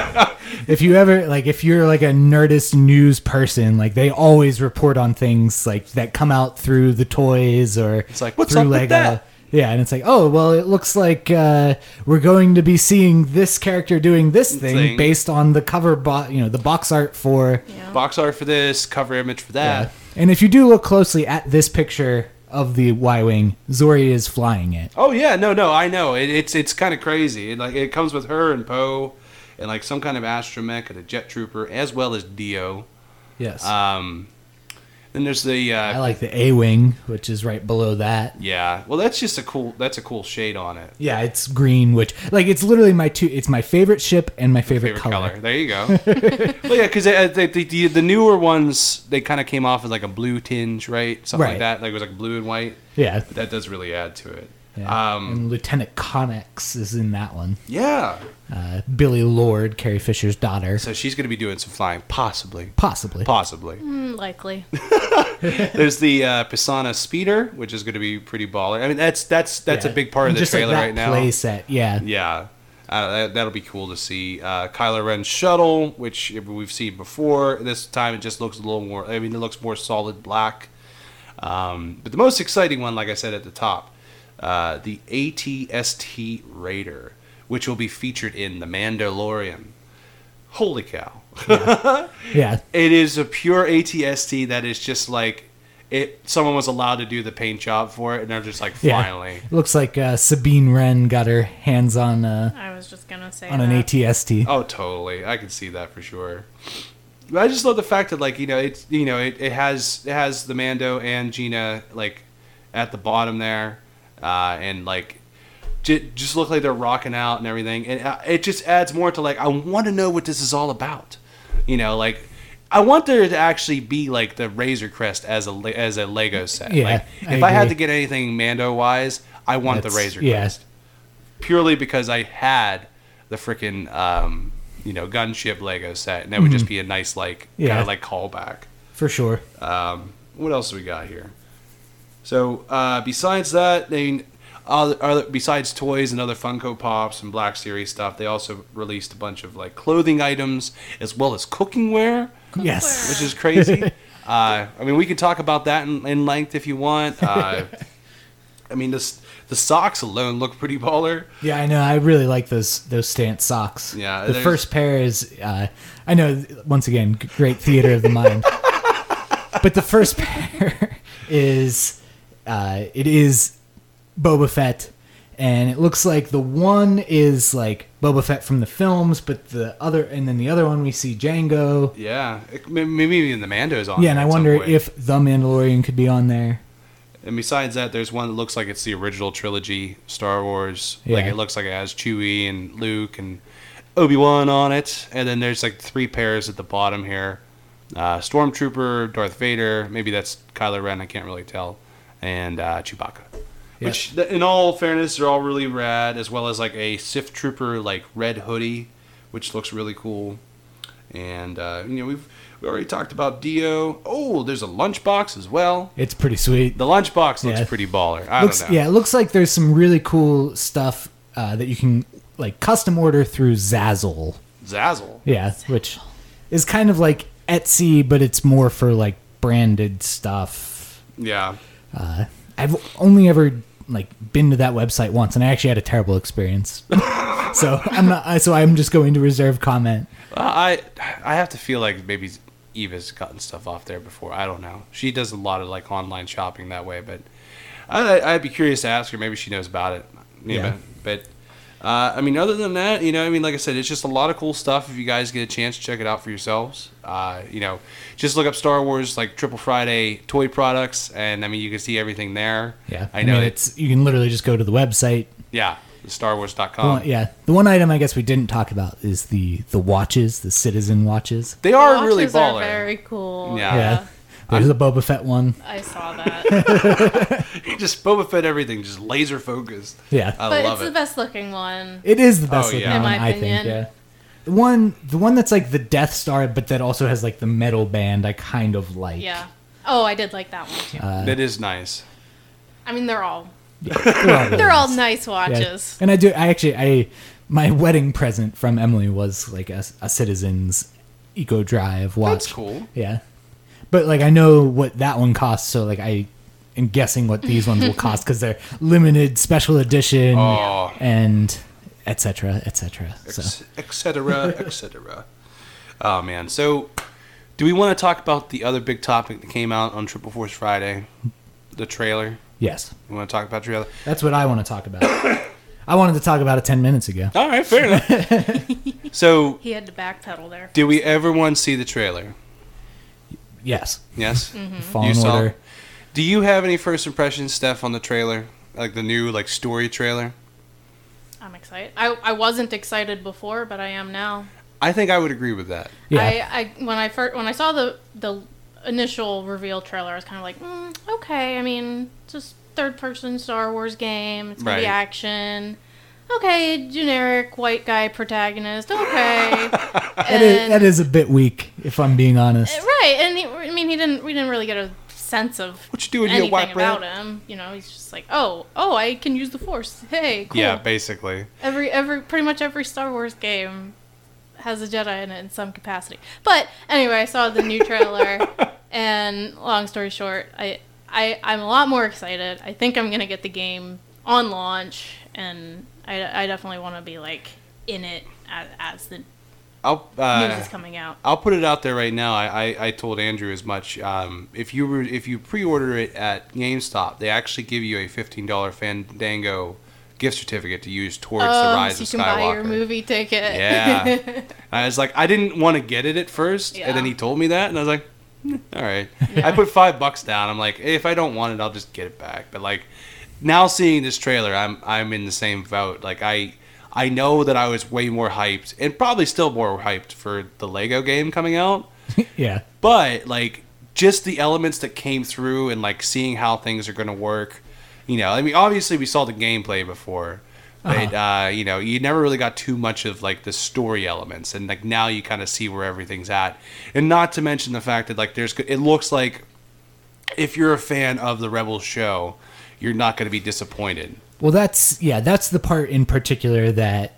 if you ever like if you're like a nerdist news person like they always report on things like that come out through the toys or it's like, "What's up with that?" yeah and it's like oh well it looks like uh, we're going to be seeing this character doing this thing, Thing. based on the cover bo- you know the box art for uh, Yeah. Box art for this, cover image for that. and if you do look closely at this picture of the y-wing zori is flying it Oh yeah, no, no, I know. It, it's it's kind of crazy. It, like it comes with her and Poe, and like some kind of astromech and a jet trooper, as well as Dio. yes Um, then there's the uh, i like the a-wing which is right below that yeah. Well, that's just a cool. That's a cool shade on it. Yeah, it's green, which like it's literally my two. It's my favorite ship and my favorite, Favorite color. color. There you go. well, yeah, because the, the the newer ones they kind of came off as like a blue tinge, right? Something like Right. that. Like it was like blue and white. Yeah. But that does really add to it. Yeah. Um, and Lieutenant Connex is in that one. yeah. Uh, Billy Lord, Carrie Fisher's daughter, So she's gonna be doing some flying, possibly, possibly. possibly. Mm, likely. There's the uh, Pisana speeder, which is going to be pretty baller. I mean, that's that's that's Yeah. a big part of the Just, like, trailer that right now. Play set, yeah. Yeah, uh, that, that'll be cool to see. Uh, Kylo Ren's shuttle, which we've seen before. This time, it just looks a little more. I mean, it looks more solid black. Um, but the most exciting one, like I said at the top, uh, the ATST Raider, which will be featured in The Mandalorian. Holy cow! yeah, It is a pure ATST that is just like it. Someone was allowed to do the paint job for it, and they're just like, yeah. finally. Looks like uh, Sabine Wren got her hands on uh, I was just gonna say on an that. ATST. Oh, totally. I can see that for sure. But I just love the fact that like you know it's you know it, it has it has the Mando and Gina like at the bottom there, uh, and like j- just look like they're rocking out and everything, and uh, it just adds more to like I want to know what this is all about. You know, like I want there to actually be like the Razor Crest as a le- as a Lego set. Yeah, like, if I I, had agree. to get anything Mando wise, I want the That's- Razor yeah. Crest purely because I had the freaking um, you know gunship Lego set, and that would just be a nice like kind Yeah. of like callback. for sure. Um, what else we got here? So uh, besides that, I mean, other, other besides toys and other Funko Pops and Black Series stuff, they also released a bunch of like clothing items as well as cooking wear, Yes. which is crazy. uh, I mean, we could talk about that in, in length if you want. Uh, I mean, this, the socks alone look pretty baller. Yeah, I know. I really like those those stance socks. Yeah, the there's- first pair is. Uh, I know. Once again, g- great theater of the mind. but the first pair is. Uh, it is Boba Fett, and it looks like the one is like Boba Fett from the films, but the other, and then the other one we see Django. Yeah, it- may- maybe even the Mando's on. Yeah, there and I at some wonder point. if the Mandalorian could be on there. And besides that, there's one that looks like it's the original trilogy Star Wars. Yeah. Like it looks like it has Chewie and Luke and Obi Wan on it. And then there's like three pairs at the bottom here: uh, Stormtrooper, Darth Vader. Maybe that's Kylo Ren. I can't really tell. And uh, Chewbacca. Yeah. Which, th- in all fairness, they're all really rad, as well as like a Sith Trooper like red hoodie, which looks really cool. And uh, you know we've we already talked about Dio. Oh, there's a lunchbox as well. It's pretty sweet. The lunchbox looks Yeah. pretty baller. I looks don't know. yeah, it looks like there's some really cool stuff uh, that you can like custom order through Zazzle. Zazzle. Yeah, which is kind of like Etsy, but it's more for like branded stuff. Yeah. Uh, I've only ever like been to that website once, and I actually had a terrible experience. so I'm not. I- So I'm just going to reserve comment. Uh, I I have to feel like maybe Eva's gotten stuff off there before. I don't know. She does a lot of like online shopping that way, but I, I'd be curious to ask her. Maybe she knows about it. Yeah. Yeah. But uh, I mean, other than that, you know, I mean, like I said, it's just a lot of cool stuff. If you guys get a chance, check it out for yourselves. Uh, you know, just look up Star Wars like Triple Friday toy products, and I mean, you can see everything there. Yeah, I know mean, it's it's you can literally just go to the website. yeah, The StarWars.com. one- yeah, the one item I guess we didn't talk about is the the watches, the Citizen watches. They are really Watches are baller. very cool. Yeah. Yeah, there's the Boba Fett one. I saw that. just Boba Fett everything, just laser focused. Yeah. I but love it's the it. best looking one. It is the best Oh, looking yeah. In one, my I think. opinion. Yeah. The one, the one that's like the Death Star, but that also has like the metal band. I kind of like. Yeah. Oh, I did like that one too. that is nice. I mean, they're all They're all, they're all nice yeah. watches. And I do. I actually, I my wedding present from Emily was like a, a Citizens Eco Drive watch. That's cool. Yeah. But like, I know what that one costs, so like, I am guessing what these ones will cost because they're limited, special edition, Oh. and etc. etc. So Ex- et cetera, et cetera. Oh man. So do we want to talk about the other big topic that came out on Triple Force Friday? The trailer. yes, We want to talk about trailer? that's what I want to talk about. I wanted to talk about it ten minutes ago. All right, fair enough. so He had to backpedal there. did we everyone see the trailer? Yes. Yes. Mm-hmm. Fallen You saw. Order. it? Do you have any first impressions, Steph, on the trailer? Like the new like story trailer? I'm excited. I, I wasn't excited before, but I am now. I think I would agree with that. Yeah. I, I when I first when I saw the the initial reveal trailer, I was kind of like, mm, okay. I mean, just third person Star Wars game. It's gonna be Right. action. Okay, generic white guy protagonist. Okay, that, is, that is a bit weak, if I'm being honest. right. And he, I mean, he didn't. We didn't really get a sense of What you doing here, anything white bread? about him. You know, he's just like, oh, oh, I can use the Force. Hey, cool. Yeah, basically. every every pretty much every Star Wars game has a Jedi in it in some capacity. But anyway, I saw the new trailer, and long story short, I I I'm a lot more excited. I think I'm gonna get the game on launch, and I, I definitely want to be like in it as, as the news I'll uh, is coming out. I'll put it out there right now. I, I, I told Andrew as much. Um, if you were, if you pre-order it at GameStop, they actually give you a fifteen dollar Fandango gift certificate to use towards the Um, Rise so you of can Skywalker. buy your movie ticket. Yeah, I was like, I didn't want to get it at first, and then Yeah. he told me that, and I was like, "Hmm, all right. I put five bucks down. I'm like, if I don't want it, I'll just get it back. But like, now seeing this trailer, I'm I'm in the same vote. Like I I know that I was way more hyped, and probably still more hyped for the Lego game coming out yeah. but like just the elements that came through and like seeing how things are going to work you know i mean obviously we saw the gameplay before but uh you know you never really got too much of like the story elements and like now you kind of see where everything's at and not to mention the fact that like there's it looks like if you're a fan of the rebel show you're not going to be disappointed Well, that's yeah, that's the part in particular that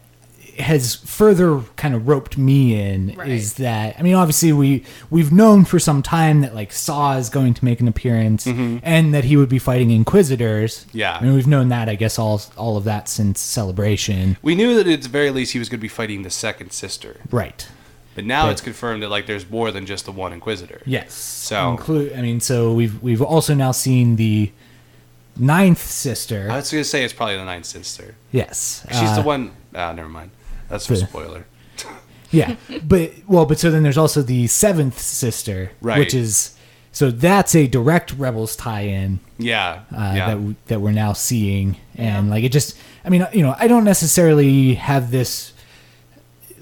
has further kind of roped me in Right. is that I mean obviously we we've known for some time that like Saw is going to make an appearance and that he would be fighting inquisitors. Yeah. I mean we've known that I guess all all of that since Celebration. We knew that at the very least he was going to be fighting the second sister, Right. but now it's confirmed that like there's more than just the one Inquisitor. Yes. So- include I mean so we've we've also now seen the ninth sister. I was going to say it's probably the ninth sister. yes. Uh, She's uh, the one. Ah, never mind. That's a the- spoiler. Yeah, but well, but so then there's also the seventh sister, Right. Which is so that's a direct Rebels tie-in Yeah. uh, yeah. that w- that we're now seeing, and Yeah. like it just, I mean, you know, I don't necessarily have this,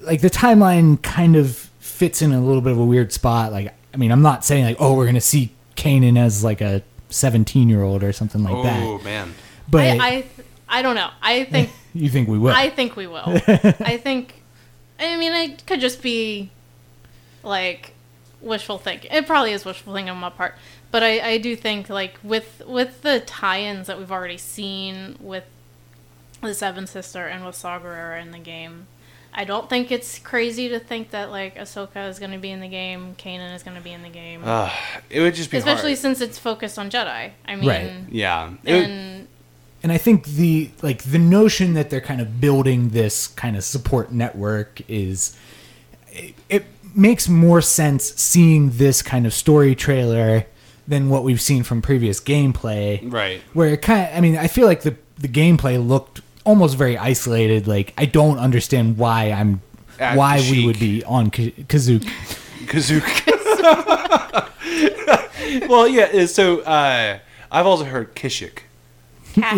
like the timeline kind of fits in a little bit of a weird spot. Like, I mean, I'm not saying like, oh, we're gonna see Kanan as like a 17 year old or something like oh that, man. but I, I I don't know. I think you think we will? I think we will. I think. I mean, it could just be like wishful thinking. It probably is wishful thinking on my part, but I, I do think like with with the tie-ins that we've already seen with the Seven Sister and with Saw Gerrera in the game. I don't think it's crazy to think that like Ahsoka is going to be in the game, Kanan is going to be in the game, Uh, it would just be especially hard. since it's focused on Jedi. I mean, Right. Yeah. It would- and and I think the like the notion that they're kind of building this kind of support network is it, it makes more sense seeing this kind of story trailer than what we've seen from previous gameplay. Right. Where it kind of, I mean, I feel like the the gameplay looked almost very isolated. Like I don't understand why I'm At why we Kashyyyk. would be on K- Kazook. Kazook. well, yeah. uh, So uh, I've also heard Kishik. Kashyyyk.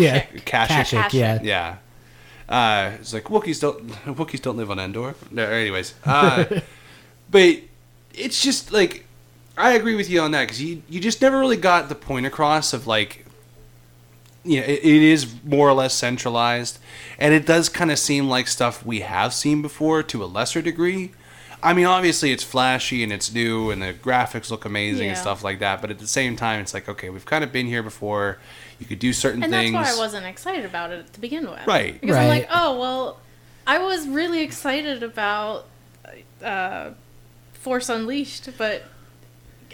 yeah, Kashyyyk. Kashyyyk, yeah. Yeah. Uh, it's like Wookiees don't Wookiees don't live on Endor. No, anyways, uh, but it's just like I agree with you on that because you you just never really got the point across of like you know it, it is more or less centralized and it does kind of seem like stuff we have seen before to a lesser degree. I mean, obviously it's flashy and it's new and the graphics look amazing and Yeah. stuff like that, but at the same time it's like okay, we've kind of been here before. You could do certain And things. that's why I wasn't excited about it to begin with. Right. Because I'm Right. like, oh, well, I was really excited about uh, Force Unleashed, but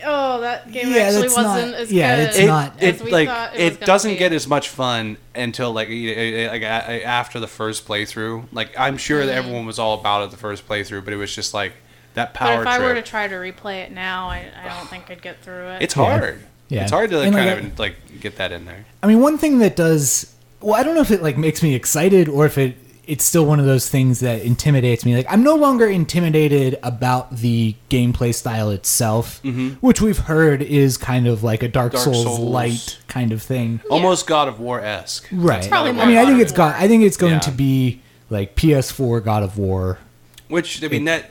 oh, that game Yeah, actually that's not- wasn't as yeah, good. it's it, not- it as we like thought it was it, gonna doesn't be. get as much fun until like you- uh, like uh, after the first playthrough. Like I'm sure Mm-hmm. that everyone was all about it the first playthrough, but it was just like that But power if I were to trip. try to replay it now, I, I don't think I'd get through it. it's hard. Yeah. It's hard to like, And, like, kind I- of like get that in there. I mean, one thing that does well, I don't know if it like makes me excited or if it it's still one of those things that intimidates me. Like I'm no longer intimidated about the gameplay style itself, which we've heard is kind of like a Dark, Mm-hmm. Dark Souls, Souls. Oh, light kind of thing. Almost God of War esque. Right. probably I mean, more I think God it's of War. got I think it's going Yeah. to be like PS4 God of War. Which I mean that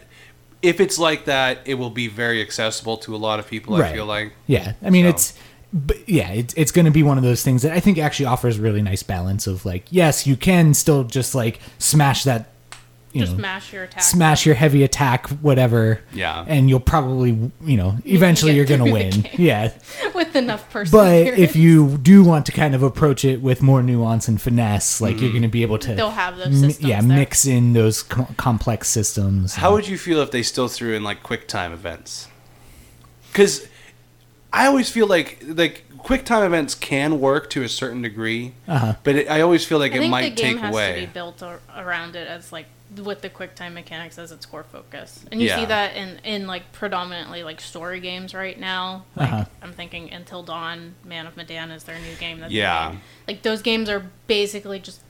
if it's like that, it will be very accessible to a lot of people. I feel like Yeah. I mean, So. it's but yeah, it's it's going to be one of those things that I think actually offers a really nice balance of like, yes, you can still just like smash that you Just know, mash your attack. smash your heavy attack, whatever. Yeah. And you'll probably, you know, eventually get you're going to through the win. game. Yeah. with enough But perseverance. if you do want to kind of approach it with more nuance and finesse, like Mm. you're going to be able to. They'll have those mi- systems yeah, there. mix in those com- complex systems. How would you feel if they still threw in like QuickTime events? Because I always feel like like QuickTime events can work to a certain degree, Uh-huh. but it, I always feel like I it think might the game take has to be away. built ar- around it as like with the QuickTime mechanics as its core focus, and you Yeah. see that in in like predominantly like story games right now. Like Uh-huh. I'm thinking Until Dawn, Man of Medan is their new game. That's Yeah. making- like those games are basically just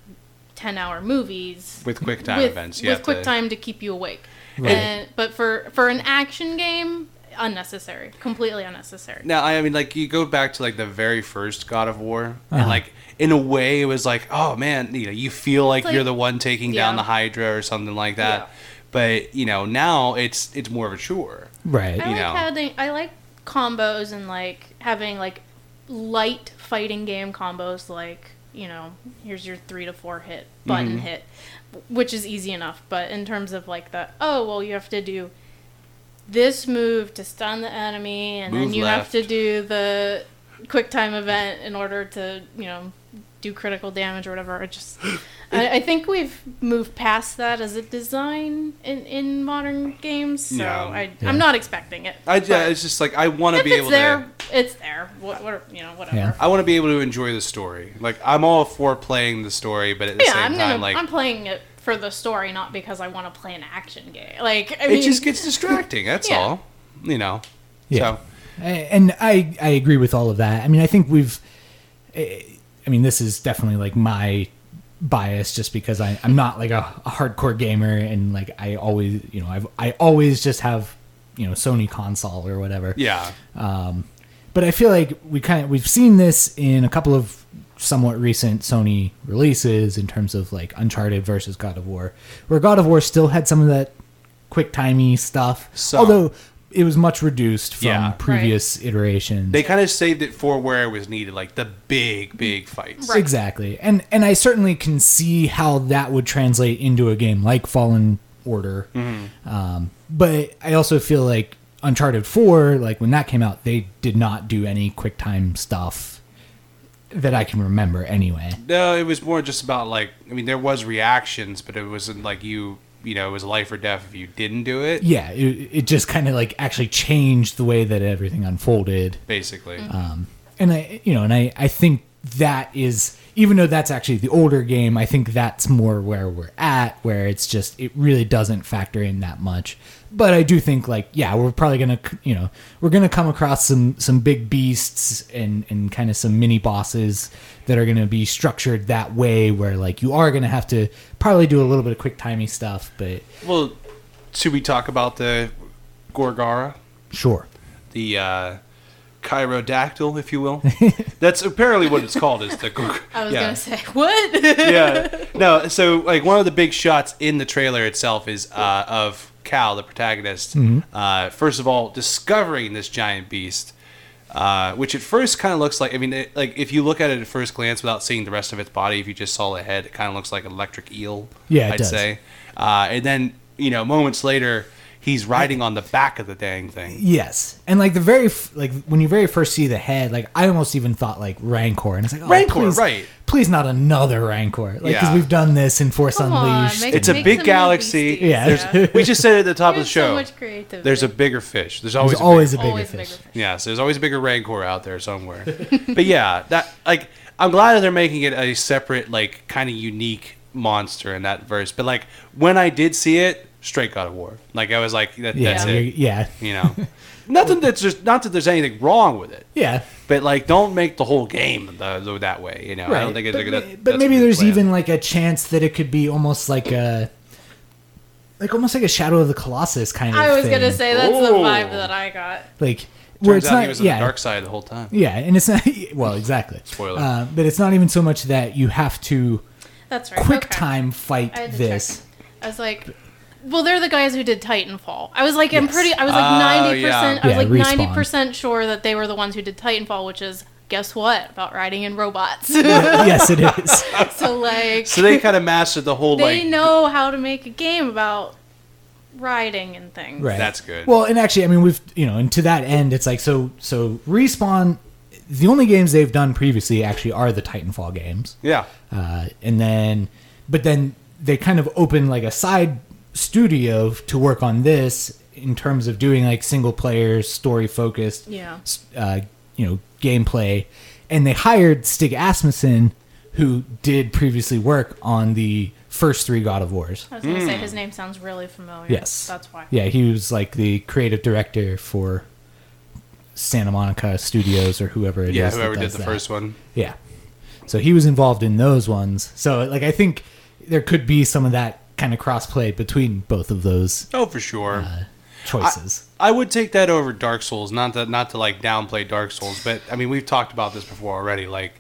ten hour movies With QuickTime with, events, you with have to- QuickTime to... keep you awake. Right. And, but for for an action game, unnecessary, completely unnecessary. Now, I mean, like you go back to like the very first God of War, and like in a way, it was like, oh man, you know, you feel like, like- you're the one taking down Yeah. the Hydra or something like that. Yeah. But you know, now it's it's more of a chore. Right. I you like know. having I like combos and like having like light fighting game combos like you know here's your three to four hit button Mm-hmm. hit which is easy enough but in terms of like the oh well you have to do this move to stun the enemy and Move then you left. have to do the quick time event in order to you know do critical damage or whatever. It just, I, I think we've moved past that as a design in, in modern games. So Yeah. I, Yeah. I'm not expecting it. I, yeah, but it's just like I want to if be it's able there, to. it's there. What, what, you know, whatever. Yeah. Yeah, I want to be able to enjoy the story. Like I'm all for playing the story, but at the same I'm time, gonna, like I'm playing it for the story, not because I want to play an action game. Like, I it mean, just gets distracting. That's Yeah. all. You know. Yeah. So and I I agree with all of that. I mean, I think we've. eh, I mean, this is definitely like my bias, just because I I'm not like a, a hardcore gamer, and like I always you know I've I always just have you know Sony console or whatever. yeah, But I feel like we kind of we've seen this in a couple of somewhat recent Sony releases in terms of like Uncharted versus God of War, where God of War still had some of that quick timey stuff, Some. although it was much reduced from Yeah. Right. previous iterations. they kind of saved it for where it was needed, like the big, big fights. Right. Exactly. And and I certainly can see how that would translate into a game like Fallen Order. Um, but I also feel like Uncharted 4, like when that came out, they did not do any quick time stuff that I can remember anyway. No, it was more just about like I mean, there was reactions, but it wasn't like you, you know, it was life or death if you didn't do it. Yeah, it, it just kind of like actually changed the way that everything unfolded. Basically, Mm-hmm. and I you know and I I think that is even though that's actually the older game I think that's more where we're at where it's just it really doesn't factor in that much but I do think like yeah we're probably gonna c- you know we're gonna come across some some big beasts and and kind of some mini bosses that are gonna be structured that way where like you are gonna have to probably do a little bit of quick timey stuff but well, should we talk about the Gorgara? sure the uh, chirodactyl, if you will. That's apparently what it's called. Is the I was yeah. gonna say what? yeah. No, so like one of the big shots in the trailer itself is uh, of Cal, the protagonist. Mm-hmm. Uh, first of all, discovering this giant beast, uh, which at first kind of looks like. I mean, it, like if you look at it at first glance without seeing the rest of its body, if you just saw the head, it kind of looks like an electric eel. Yeah, it I'd does. say. Uh, and then you know, moments later, he's riding on the back of the dang thing. yes and like the very f- like when you very first see the head like i almost even thought like rancor and it's like oh, Rancor, please- right. please not another rancor like because Yeah. we've done this in force Come on, unleashed make- It's a make big some galaxy. movies, Yeah, yeah. there's- we just said it at the top of the There's show. so much creativity. There's a bigger fish. There's there's always always a big, bigger always fish bigger fish. yeah. So there's always a bigger rancor out there somewhere. but yeah, that like I'm glad that they're making it a separate like kind of unique monster in that verse. But like when I did see it, straight God of War. Like I was like, that, yeah that's you're- it. yeah You know, nothing that's just not that there's anything wrong with it. yeah But like, don't make the whole game the, the- that way. You know, I don't think it's but, like, ma- that- but that's maybe a good there's plan. even like a chance that it could be almost like a like almost like a shadow of the colossus kind of I was thing. gonna say that's the Ooh. vibe that I got. like where turns it's out not he was on yeah the dark side the whole time. yeah and it's not well exactly Spoiler. uh, but it's not even so much that you have to That's right. quick okay. time fight I had to this check. I was like, well, they're the guys who did Titanfall. I was like, I'm Yes. pretty. I was like Oh, ninety percent. I was yeah. like Yeah, Respawn. ninety percent sure that they were the ones who did Titanfall, which is guess what about riding in robots. yes it is so like, So they kind of mastered the whole they like know how to make a game about riding and things. Right. That's good. Well, and actually, I mean, we've you know, and to that end, it's like so. So respawn. The only games they've done previously actually are the Titanfall games, yeah. uh, and then, but then they kind of opened like a side studio to work on this in terms of doing like single player story focused, Yeah. s- uh, you know, gameplay, and they hired Stig Asmussen, who did previously work on the first three God of Wars. I was gonna Hmm. say his name sounds really familiar. Yes. that's why. Yeah, he was like the creative director for Santa Monica Studios or whoever it is. Yeah, that whoever did does the that. first one. Yeah. So he was involved in those ones. So like I think there could be some of that kind of crossplay between both of those Oh, for sure. choices. I would take that over Dark Souls. Not to not to like downplay Dark Souls, but I mean we've talked about this before already. Like,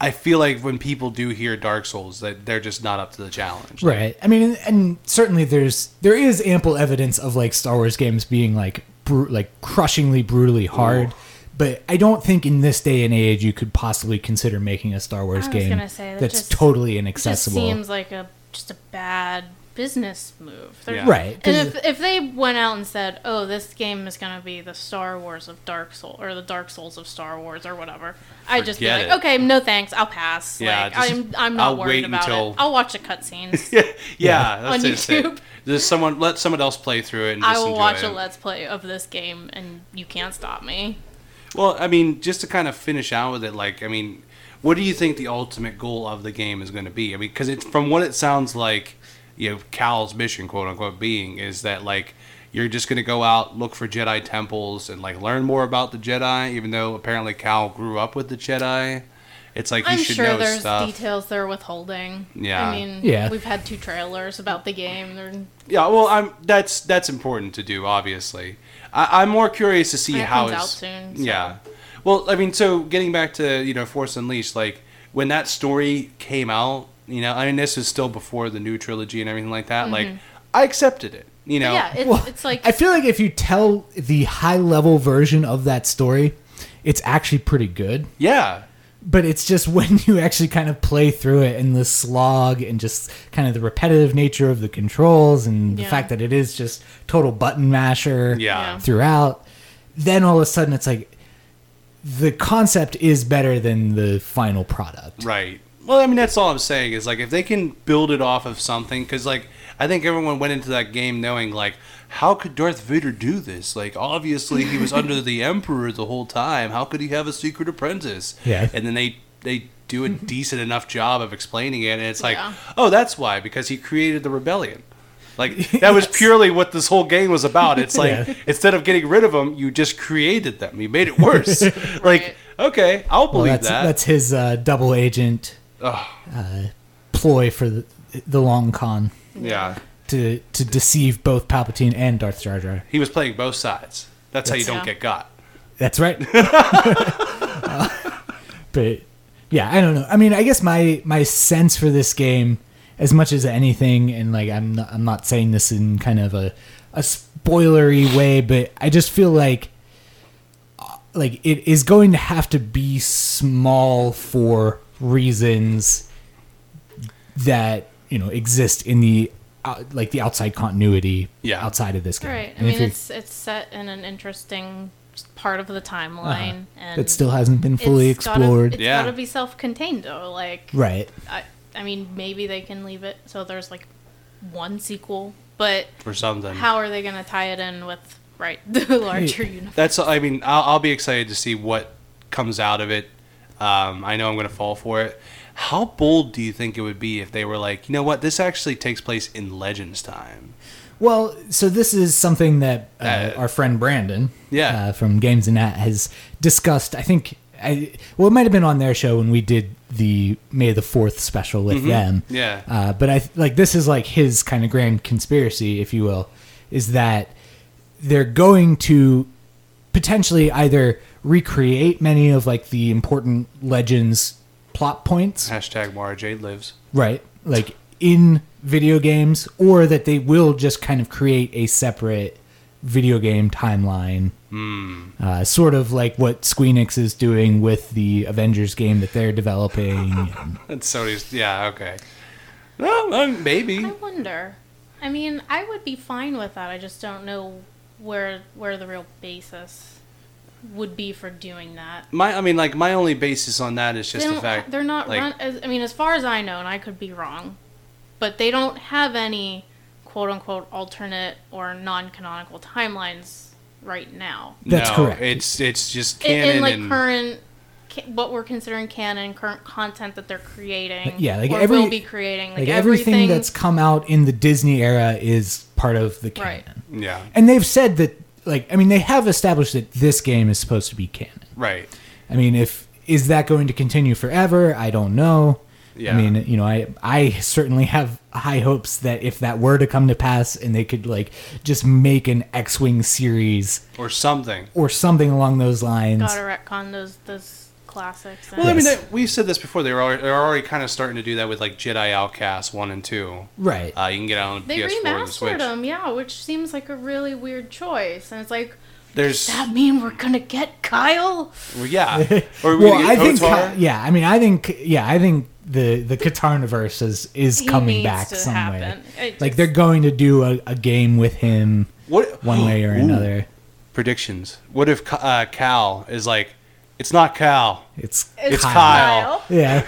I feel like when people do hear Dark Souls, that they're just not up to the challenge. right. I mean and, and certainly there's there is ample evidence of like Star Wars games being like bru- like crushingly brutally hard. But I don't think in this day and age you could possibly consider making a Star Wars was game gonna say, that that's just- totally It just inaccessible. seems like a just a bad business move. They're- Yeah. Right. 'cause- And if, if they went out and said, "Oh, this game is going to be the Star Wars of Dark Souls or the Dark Souls of Star Wars or whatever," I'd just be Forget like, it. "Okay, no thanks, I'll pass." Yeah, like, just- I'm I'm not I'll worried wait about until- it. I'll watch the cutscenes. yeah, that's On it, that's it. YouTube. There's someone let someone else play through it. And just I will enjoy watch it. a let's play of this game, and you can't stop me. Well, I mean, just to kind of finish out with it, like, I mean, what do you think the ultimate goal of the game is going to be? I mean, because it's from what it sounds like, you know, Cal's mission, quote unquote, being is that like you're just going to go out look for Jedi temples and like learn more about the Jedi, even though apparently Cal grew up with the Jedi. It's like I'm you should sure know there's stuff. details they're withholding. Yeah. I mean, Yeah. we've had two trailers about the game. They're, yeah, well, I'm that's that's important to do, obviously. I, I'm more curious to see And it how comes it's out soon, so- yeah. Well, I mean, so getting back to you know Force Unleashed, like when that story came out, you know, I mean, this is still before the new trilogy and everything like that. Like, I accepted it, you know. Mm-hmm. yeah, it's, Well, it's like I feel like if you tell the high level version of that story, it's actually pretty good. yeah. But it's just when you actually kind of play through it and the slog and just kind of the repetitive nature of the controls and the Yeah. fact that it is just total button masher Yeah. throughout, then all of a sudden it's like the concept is better than the final product. Right. Well, I mean, that's all I'm saying is like if they can build it off of something, because like I think everyone went into that game knowing like how could Darth Vader do this? Like obviously he was under the Emperor the whole time. How could he have a secret apprentice? Yeah. And then they they do a decent enough job of explaining it, and it's like, Yeah. oh, that's why because he created the rebellion. Like that was purely what this whole game was about. It's like Yeah. instead of getting rid of them, you just created them. You made it worse. Right. Like okay, I'll Well, believe that's that. that's his uh, double agent uh, Ugh, ploy for the, the long con yeah. to to deceive both Palpatine and Darth Jar Jar. He was playing both sides. That's, how you don't Yeah. get got. That's right. Uh, but yeah, I don't know. I mean, I guess my my sense for this game, as much as anything, and like I'm not, I'm not saying this in kind of a a spoilery way, but I just feel like uh, like it is going to have to be small for reasons that you know exist in the out like the outside continuity Yeah. outside of this game. right. I And if mean, you're- it's it's set in an interesting part of the timeline, and that Uh-huh. still hasn't been fully it's explored. Gotta, it's Uh, Yeah. gotta be self-contained though. Like, right. I, I mean, maybe they can leave it so there's like one sequel, but or something. how are they gonna tie it in with right the larger universe? That's. I mean, I'll, I'll be excited to see what comes out of it. Um, I know I'm going to fall for it. How bold do you think it would be if they were like, you know what, this actually takes place in Legends time? Well, so this is something that uh, Uh, our friend Brandon, Yeah. uh, from Games and That, has discussed. I think, I, well, it might have been on their show when we did the May the Fourth special with them. Mm-hmm. Yeah. Uh, but I like this is like his kind of grand conspiracy, if you will, is that they're going to potentially either recreate many of like the important legends plot points Hashtag Mara Jade lives. right like in video games or that they will just kind of create a separate video game timeline uh, sort of like what squeenix is doing with the avengers game that they're developing and- And Sony's. Yeah. Okay. Well, um, maybe. I wonder. I mean, I would be fine with that. I just don't know where where the real basis would be for doing that. My. I mean, like my only basis on that is just they the don't- fact they're not like, run. As, I mean, as far as I know, and I could be wrong, but they don't have any quote unquote alternate or non canonical timelines right now. That's no, correct. It's it's just In, canon in like and current, ca- what we're considering canon, current content that they're creating. yeah, like or every- will be creating. Like, like everything everything that's come out in the disney era is part of the canon Right. yeah. and they've said that like i mean they have established that this game is supposed to be canon Right. I mean, if is that going to continue forever? I don't know. Yeah. I mean, you know, I I certainly have high hopes that if that were to come to pass and they could like just make an X-wing series Or something. or something along those lines. gotta retcon those those classics. And Well, I mean, Yes. they, we've said this before. They're already, they're already kind of starting to do that with like Jedi Outcast one and two. Right. Uh, you can get it on they PS4 and the remastered Switch. them, yeah, which seems like a really weird choice. And it's like, There's That mean we're gonna get Kyle? well, yeah. Or we Well, gonna I get think Kotar? Ka- yeah. I mean, I think yeah. I think the the Katarniverse is is He coming needs back to some happen. way. Like It just- they're going to do a, a game with him what one way or Ooh. another. Predictions. What if Ca- uh, Cal is like, it's not Cal. It's It's Kyle. yeah.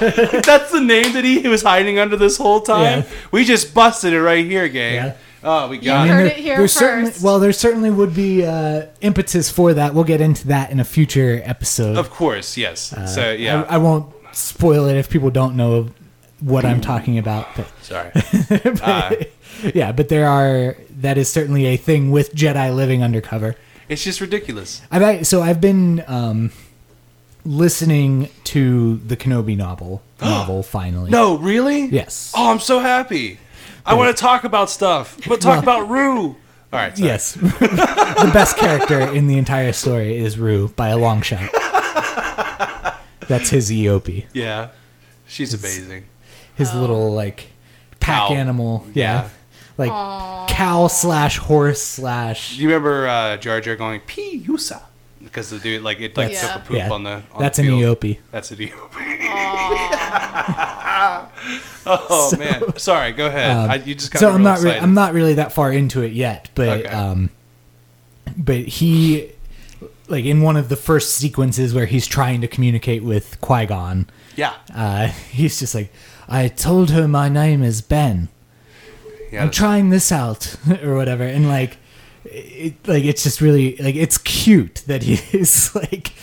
That's the name that he was hiding under this whole time. Yeah. We just busted it right here, gang. Yeah. Oh, we I got mean, it. heard there, it here there certainly first. well, there certainly would be uh, impetus for that. We'll get into that in a future episode. Of course, yes. Uh, so yeah, I, I won't spoil it if people don't know what I'm talking about. But sorry. Ah. yeah, but there are that is certainly a thing with Jedi living undercover. It's just ridiculous. I've act- so I've been um, listening to the Kenobi novel novel finally. No, really? Yes. Oh, I'm so happy. I want to talk about stuff, but talk about Rue. All right. sorry. Yes. the best character in the entire story is Rue by a long shot. That's his EOP. Yeah. She's amazing. His little like pack Cow. animal. Yeah. Yeah. Like cow slash horse slash Do you remember uh, Jar Jar going pee yusa because the dude like it like That's- took a poop yeah. on the. On That's the an E field. EOP. That's an EOP. oh man, sorry. Go ahead. I, you just Um, got so me I'm real not re- excited. I'm not really that far into it yet, but Okay. um, but he like in one of the first sequences where he's trying to communicate with Qui Gon, yeah. uh, he's just like, "I told her my name is Ben. yeah. I'm trying this out or whatever," and like. It, like it's just really like it's cute that he is like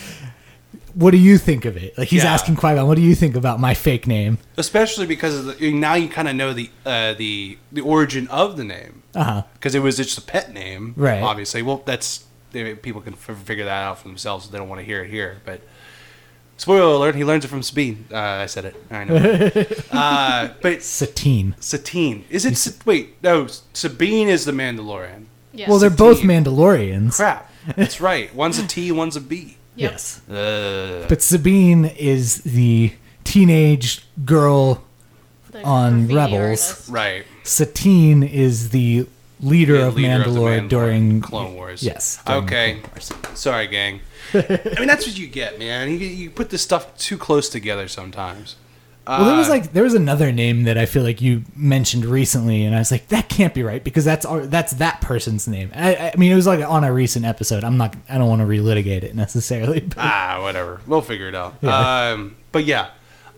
what do you think of it like he's Yeah. asking Qui-Gon what do you think about my fake name especially because of the, now you kind of know the uh, the the origin of the name uh-huh because it was just a pet name, Right. Obviously, well, that's they- people can f- figure that out for themselves. They don't want to hear it here, but spoiler alert: he learns it from Sabine. Uh, I said it. I know, uh, but Satine Satine is it? Sa- wait, no, Sabine is the Mandalorian. Yes. well they're both Satine. Mandalorians Crap, that's right. One's a T, one's a B. Yep. yes Uh, But Sabine is the teenage girl. The on graffiti Rebels. artist. right. Satine is the leader, Yeah, of, leader Mandalore of the Mandalore during Clone Wars. Yes. during Okay. the Clone Wars. Sorry, gang. I mean, that's what you get, man. You, you put this stuff too close together sometimes. Well, there was Uh, like there was another name that I feel like you mentioned recently, and I was like, that can't be right because that's our, that's that person's name. I, I mean, it was like on a recent episode. I'm not. I don't want to relitigate it necessarily. But ah, whatever. We'll figure it out. Um, but yeah,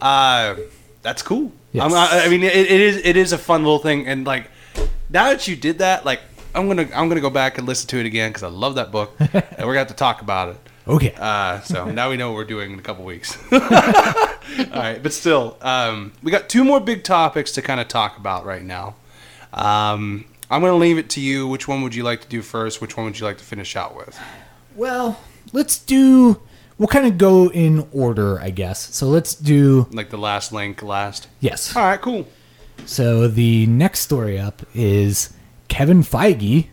uh, that's cool. Yes. I'm, I, I mean, it, it is it is a fun little thing, and like now that you did that, like I'm gonna I'm gonna go back and listen to it again because I love that book, and we're gonna have to talk about it. okay. Uh, so now we know what we're doing in a couple weeks. All right, but still, um, we got two more big topics to kind of talk about right now. Um, I'm going to leave it to you. Which one would you like to do first? Which one would you like to finish out with? well, let's do. We'll kind of go in order, I guess. So let's do. Like the last link, last. Yes. All right, cool. So the next story up is Kevin Feige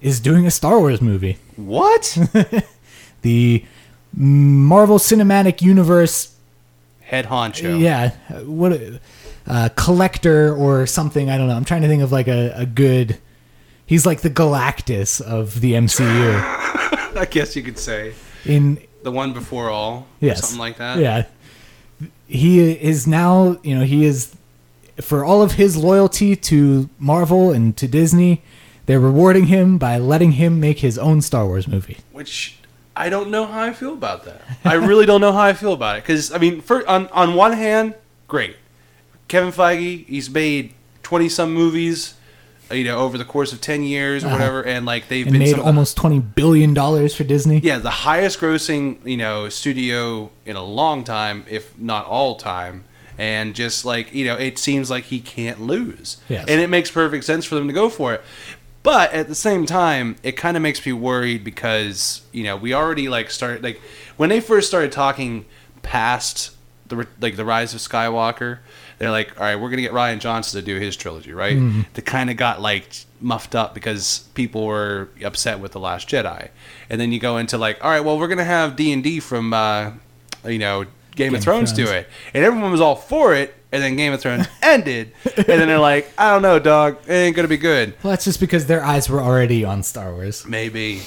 is doing a Star Wars movie. What? The Marvel Cinematic Universe, Head honcho. yeah, what uh, collector or something? I don't know. I'm trying to think of like a, a good. He's like the Galactus of the MCU. I guess you could say In the one before all. yes, Or something like that. Yeah, he is now. You know, he is for all of his loyalty to Marvel and to Disney. They're rewarding him by letting him make his own Star Wars movie. which I don't know how I feel about that. I really don't know how I feel about it because I mean, for, on on one hand, great, Kevin Feige, he's made twenty some movies, uh, you know, over the course of ten years or whatever, and like they've Uh-huh. And been made some of the- almost twenty billion dollars for Disney. yeah the highest grossing you know studio in a long time, if not all time. And just like you know, it seems like he can't lose, Yes. and it makes perfect sense for them to go for it. But at the same time, it kind of makes me worried because you know we already like started like when they first started talking past the ri- like the rise of Skywalker, they're like, all right, we're gonna get Ryan Johnson to do his trilogy, right? Mm-hmm. They kind of got like muffed up because people were upset with the Last Jedi, and then you go into like, all right, well, we're gonna have D and D from uh, you know Game, of of Thrones, Thrones. to it, and everyone was all for it. And then Game of Thrones ended, and then they're like, "I don't know, dog. It ain't gonna be good." Well, that's just because their eyes were already on Star Wars. Maybe,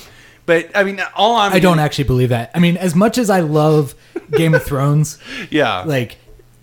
but I mean, all I'm I don't actually believe that. I mean, as much as I love Game of Thrones, Yeah, like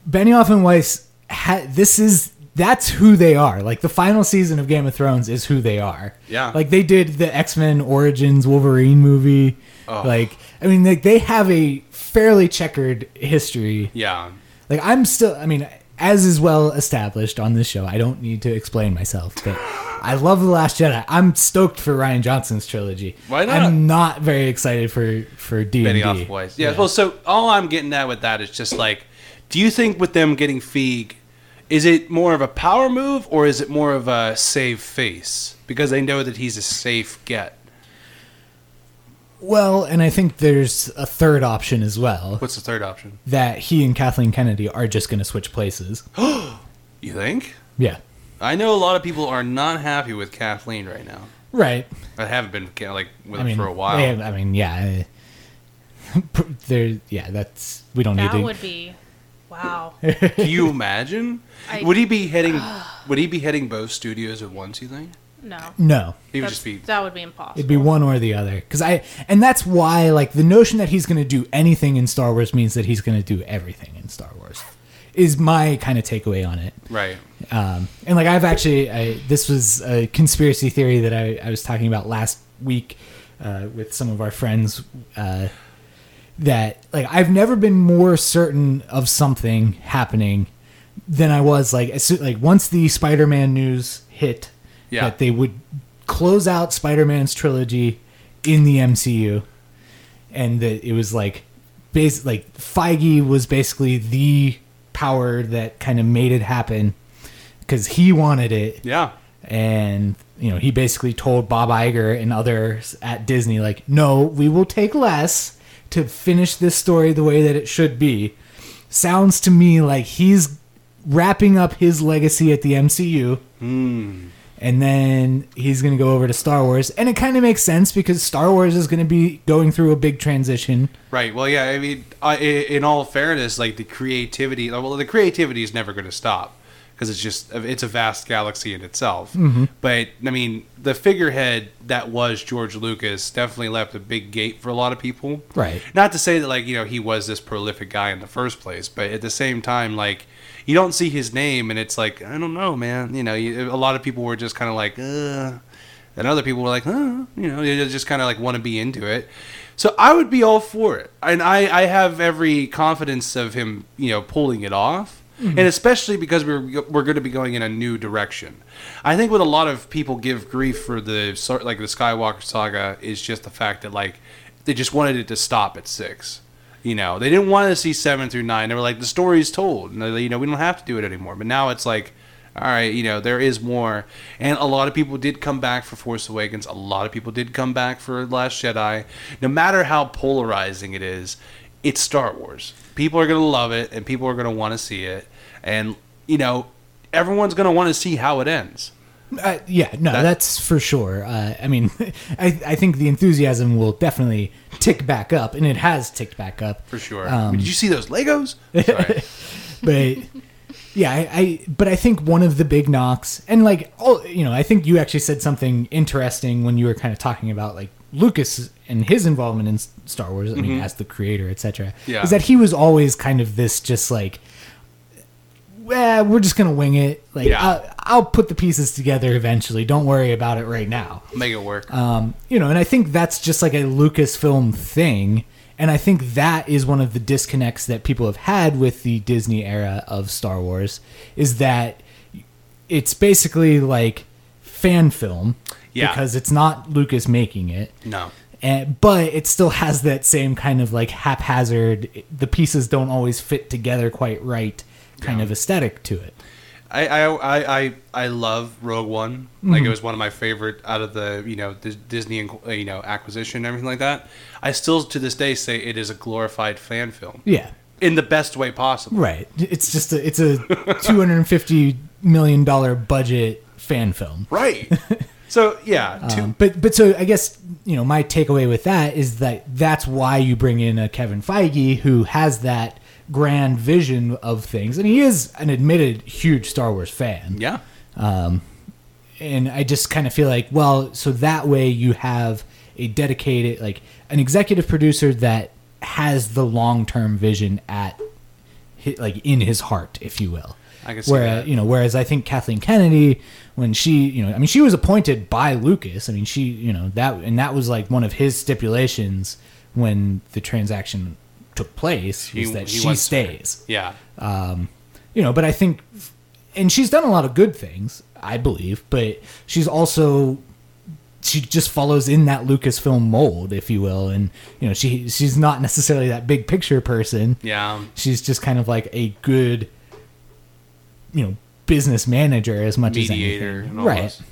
Benioff and Weiss, ha- this is that's who they are. Like the final season of Game of Thrones is who they are. Yeah. Like they did the X Men Origins Wolverine movie. Like I mean, like they have a fairly checkered history. yeah, Like I'm still, I mean, as is well established on this show, I don't need to explain myself, but I love The Last Jedi. I'm stoked for Ryan Johnson's trilogy. Why not? I'm not very excited for for D and Benioff D. and Weiss. Yeah, Well, so all I'm getting at with that is just like, do you think with them getting Feig, is it more of a power move or is it more of a save face because they know that he's a safe get? Well, and I think there's a third option as well What's the third option? that he and Kathleen Kennedy are just going to switch places. You think? yeah. I know a lot of people are not happy with Kathleen right now. Right. I haven't been kind of like with I mean, her for a while. they- I mean, yeah. I- There, yeah, that's we don't That need to. would be wow. Can you imagine? I- would he be heading? would he be heading both studios at once? You think No. no, he would That's- just be that would be impossible. It'd be one or the other. Cause I, and that's why, like, the notion that he's going to do anything in Star Wars means that he's going to do everything in Star Wars, is my kind of takeaway on it. right? Um, and like, I've actually, I, this was a conspiracy theory that I, I was talking about last week uh, with some of our friends. Uh, that like I've never been more certain of something happening than I was like as soon, like once the Spider-Man news hit Yeah. that they would close out Spider-Man's trilogy in the MCU and that it was like bas- like Feige was basically the power that kind of made it happen cuz he wanted it Yeah, and you know he basically told Bob Iger and others at Disney like no we will take less to finish this story the way that it should be sounds to me like he's wrapping up his legacy at the MCU and then he's going to go over to Star Wars and it kind of makes sense because Star Wars is going to be going through a big transition right. Well, yeah. I mean, I, i- in all fairness, like the creativity. uh, Well, the creativity is never going to stop because it's just uh, it's a vast galaxy in itself. But I mean, the figurehead that was George Lucas definitely left a big gate for a lot of people. Right. Not to say that like you know he was this prolific guy in the first place, but at the same time like. You don't see his name, and it's like I don't know, man. You know, you, a lot of people were just kind of like, Ugh. and other people were like, huh, you know, they just kind of like want to be into it. So I would be all for it, and I, I have every confidence of him, you know, pulling it off, and especially because we're we're going to be going in a new direction. I think what a lot of people give grief for the sor- like the Skywalker saga is just the fact that like they just wanted it to stop at six. You know, they didn't want to see seven through nine. They were like, the story's told. And they- you know, we don't have to do it anymore. But now it's like, all right, you know, there is more. And a lot of people did come back for Force Awakens. A lot of people did come back for Last Jedi. No matter how polarizing it is, it's Star Wars. People are going to love it and people are going to want to see it. And, you know, everyone's going to want to see how it ends. Uh, yeah, no, That- that's for sure. Uh, I mean, I, I think the enthusiasm will definitely tick back up, and it has ticked back up For sure. Um, Did you see those Legos? Sorry. but yeah, I, I but I think one of the big knocks, and like all you know, I think you actually said something interesting when you were kind of talking about like Lucas and his involvement in S- Star Wars. I mean, as the creator, etc. Mm-hmm. Yeah. is that he was always kind of this, just like. Well, we're just gonna wing it. Like Yeah. I'll, I'll put the pieces together eventually. Don't worry about it right now. Make it work. Um, you know, and I think that's just like a Lucasfilm thing. And I think that is one of the disconnects that people have had with the Disney era of Star Wars is that it's basically like fan film Yeah. because it's not Lucas making it. no. And, but it still has that same kind of like haphazard, the pieces don't always fit together quite right kind of aesthetic to it. I I, I, I I love Rogue One. Like Mhm. it was one of my favorite out of the you know the Disney inc- uh, you know acquisition and everything like that. I still to this day say it is a glorified fan film Yeah. in the best way possible. Right. It's just a, it's a two hundred and fifty million dollar budget fan film. Right. so yeah, two, Um, but but so I guess you know my takeaway with that is that that's why you bring in a Kevin Feige who has that grand vision of things, and he is an admitted huge Star Wars fan. Yeah. And I just kind of feel like, well, so that way you have a dedicated, like an executive producer that has the long term vision at, hi- like in his heart, if you will. I can see Where that. you know, whereas I think Kathleen Kennedy, when she, you know, I mean, she was appointed by Lucas. I mean, she, you know, that and that was like one of his stipulations when the transaction took place was He- that he she wants her. stays Yeah. you know but i think and she's done a lot of good things i believe but she's also she just follows in that lucasfilm mold if you will and you know she she's not necessarily that big picture person Yeah. Um, she's just kind of like a good you know business manager as much as Mediator anything and all right this.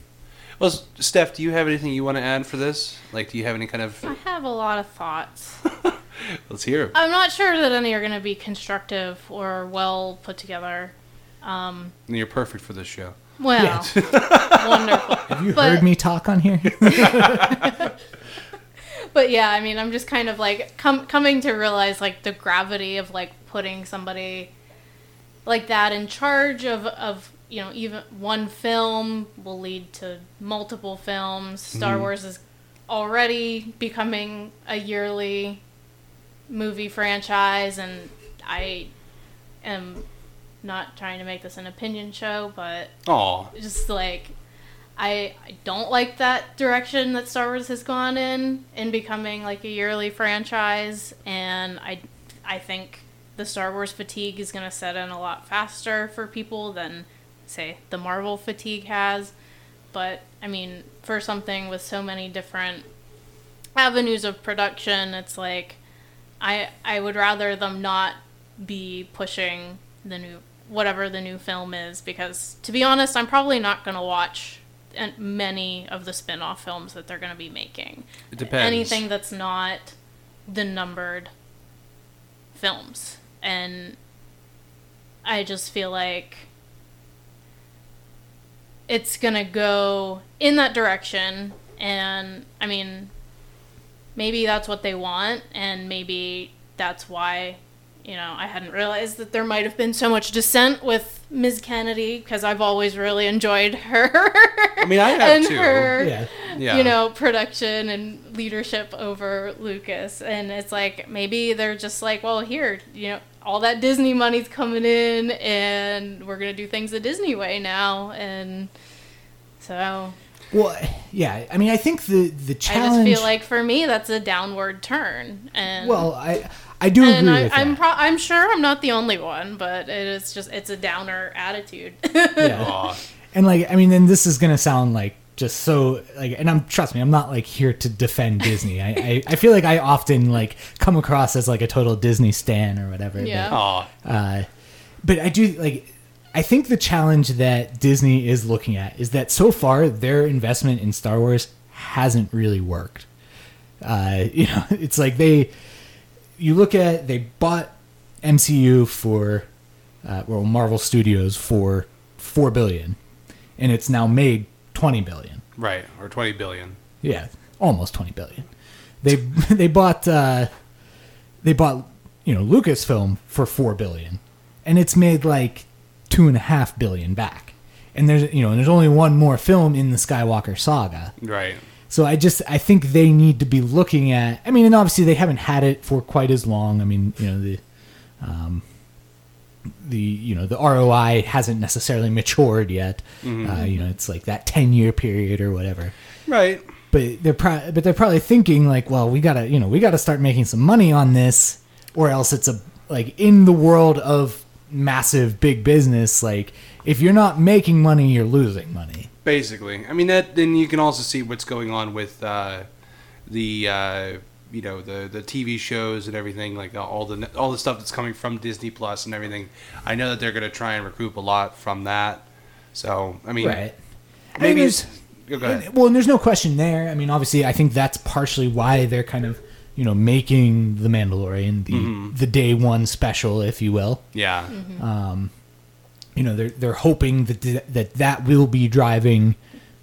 Well, S- Steph, do you have anything you want to add for this? Like, do you have any kind of? I have a lot of thoughts. Let's hear. it. I'm not sure that any are going to be constructive or well put together. You're perfect for this show. Well, wonderful. have you But- heard me talk on here But yeah, I mean, I'm just kind of like com- coming to realize like the gravity of like putting somebody like that in charge of of you know even one film will lead to multiple films. Star Wars is already becoming a yearly movie franchise, and I am not trying to make this an opinion show, but Oh, just like I, I don't like that direction that Star Wars has gone in in becoming like a yearly franchise and I I think the Star Wars fatigue is going to set in a lot faster for people than say the Marvel fatigue has but I mean for something with so many different avenues of production it's like I I would rather them not be pushing the new whatever the new film is because to be honest, I'm probably not going to watch an- many of the spin-off films that they're going to be making. it depends. Anything that's not the numbered films. And I just feel like it's going to go in that direction. And I mean, maybe that's what they want. And maybe that's why, you know, I hadn't realized that there might have been so much dissent with Ms. Kennedy because I've always really enjoyed her. I mean, I have and too. her yeah Yeah. you know, production and leadership over Lucas. And it's like maybe they're just like, well, here, you know, all that Disney money's coming in and we're going to do things the Disney way now. And so well yeah i mean i think the the I challenge just feel like for me, that's a downward turn. And well i i do and agree I, with I'm that. pro- I'm sure I'm not the only one, but it is just it's a downer attitude. yeah. Aw. And like, I mean, then this is gonna sound like just so like, and I'm trust me, I'm not like here to defend Disney. I, I, I feel like I often like come across as like a total Disney stan or whatever. but- Yeah. Aw. uh, but I do like. I think the challenge that Disney is looking at is that so far their investment in Star Wars hasn't really worked. Uh, you know, it's like they. You look at they bought MCU for, uh, well, Marvel Studios for four billion, and it's now made twenty billion. Right. Or twenty billion. Yeah, almost twenty billion. They they bought uh, they bought you know Lucasfilm for four billion, and it's made like two and a half billion back. And there's you know and there's only one more film in the Skywalker saga. Right. So I just I think they need to be looking at. I mean, and obviously they haven't had it for quite as long. I mean, you know the, um, the you know the ROI hasn't necessarily matured yet. Uh, you know, it's like that ten year period or whatever Right. but they're pro- but they're probably thinking like, well, we gotta you know we gotta start making some money on this, or else it's a like in the world of massive big business, like if you're not making money, you're losing money. Basically, I mean that. Then you can also see what's going on with uh, the uh, you know the the TV shows and everything, like uh, all the all the stuff that's coming from Disney Plus and everything. I know that they're going to try and recoup a lot from that. So I mean, Right. I mean, maybe there's- it's, go ahead. And- well, and there's no question there. I mean, obviously, I think that's partially why they're kind of you know making the Mandalorian the the day one special, if you will. yeah, You know, they're they're hoping that that that will be driving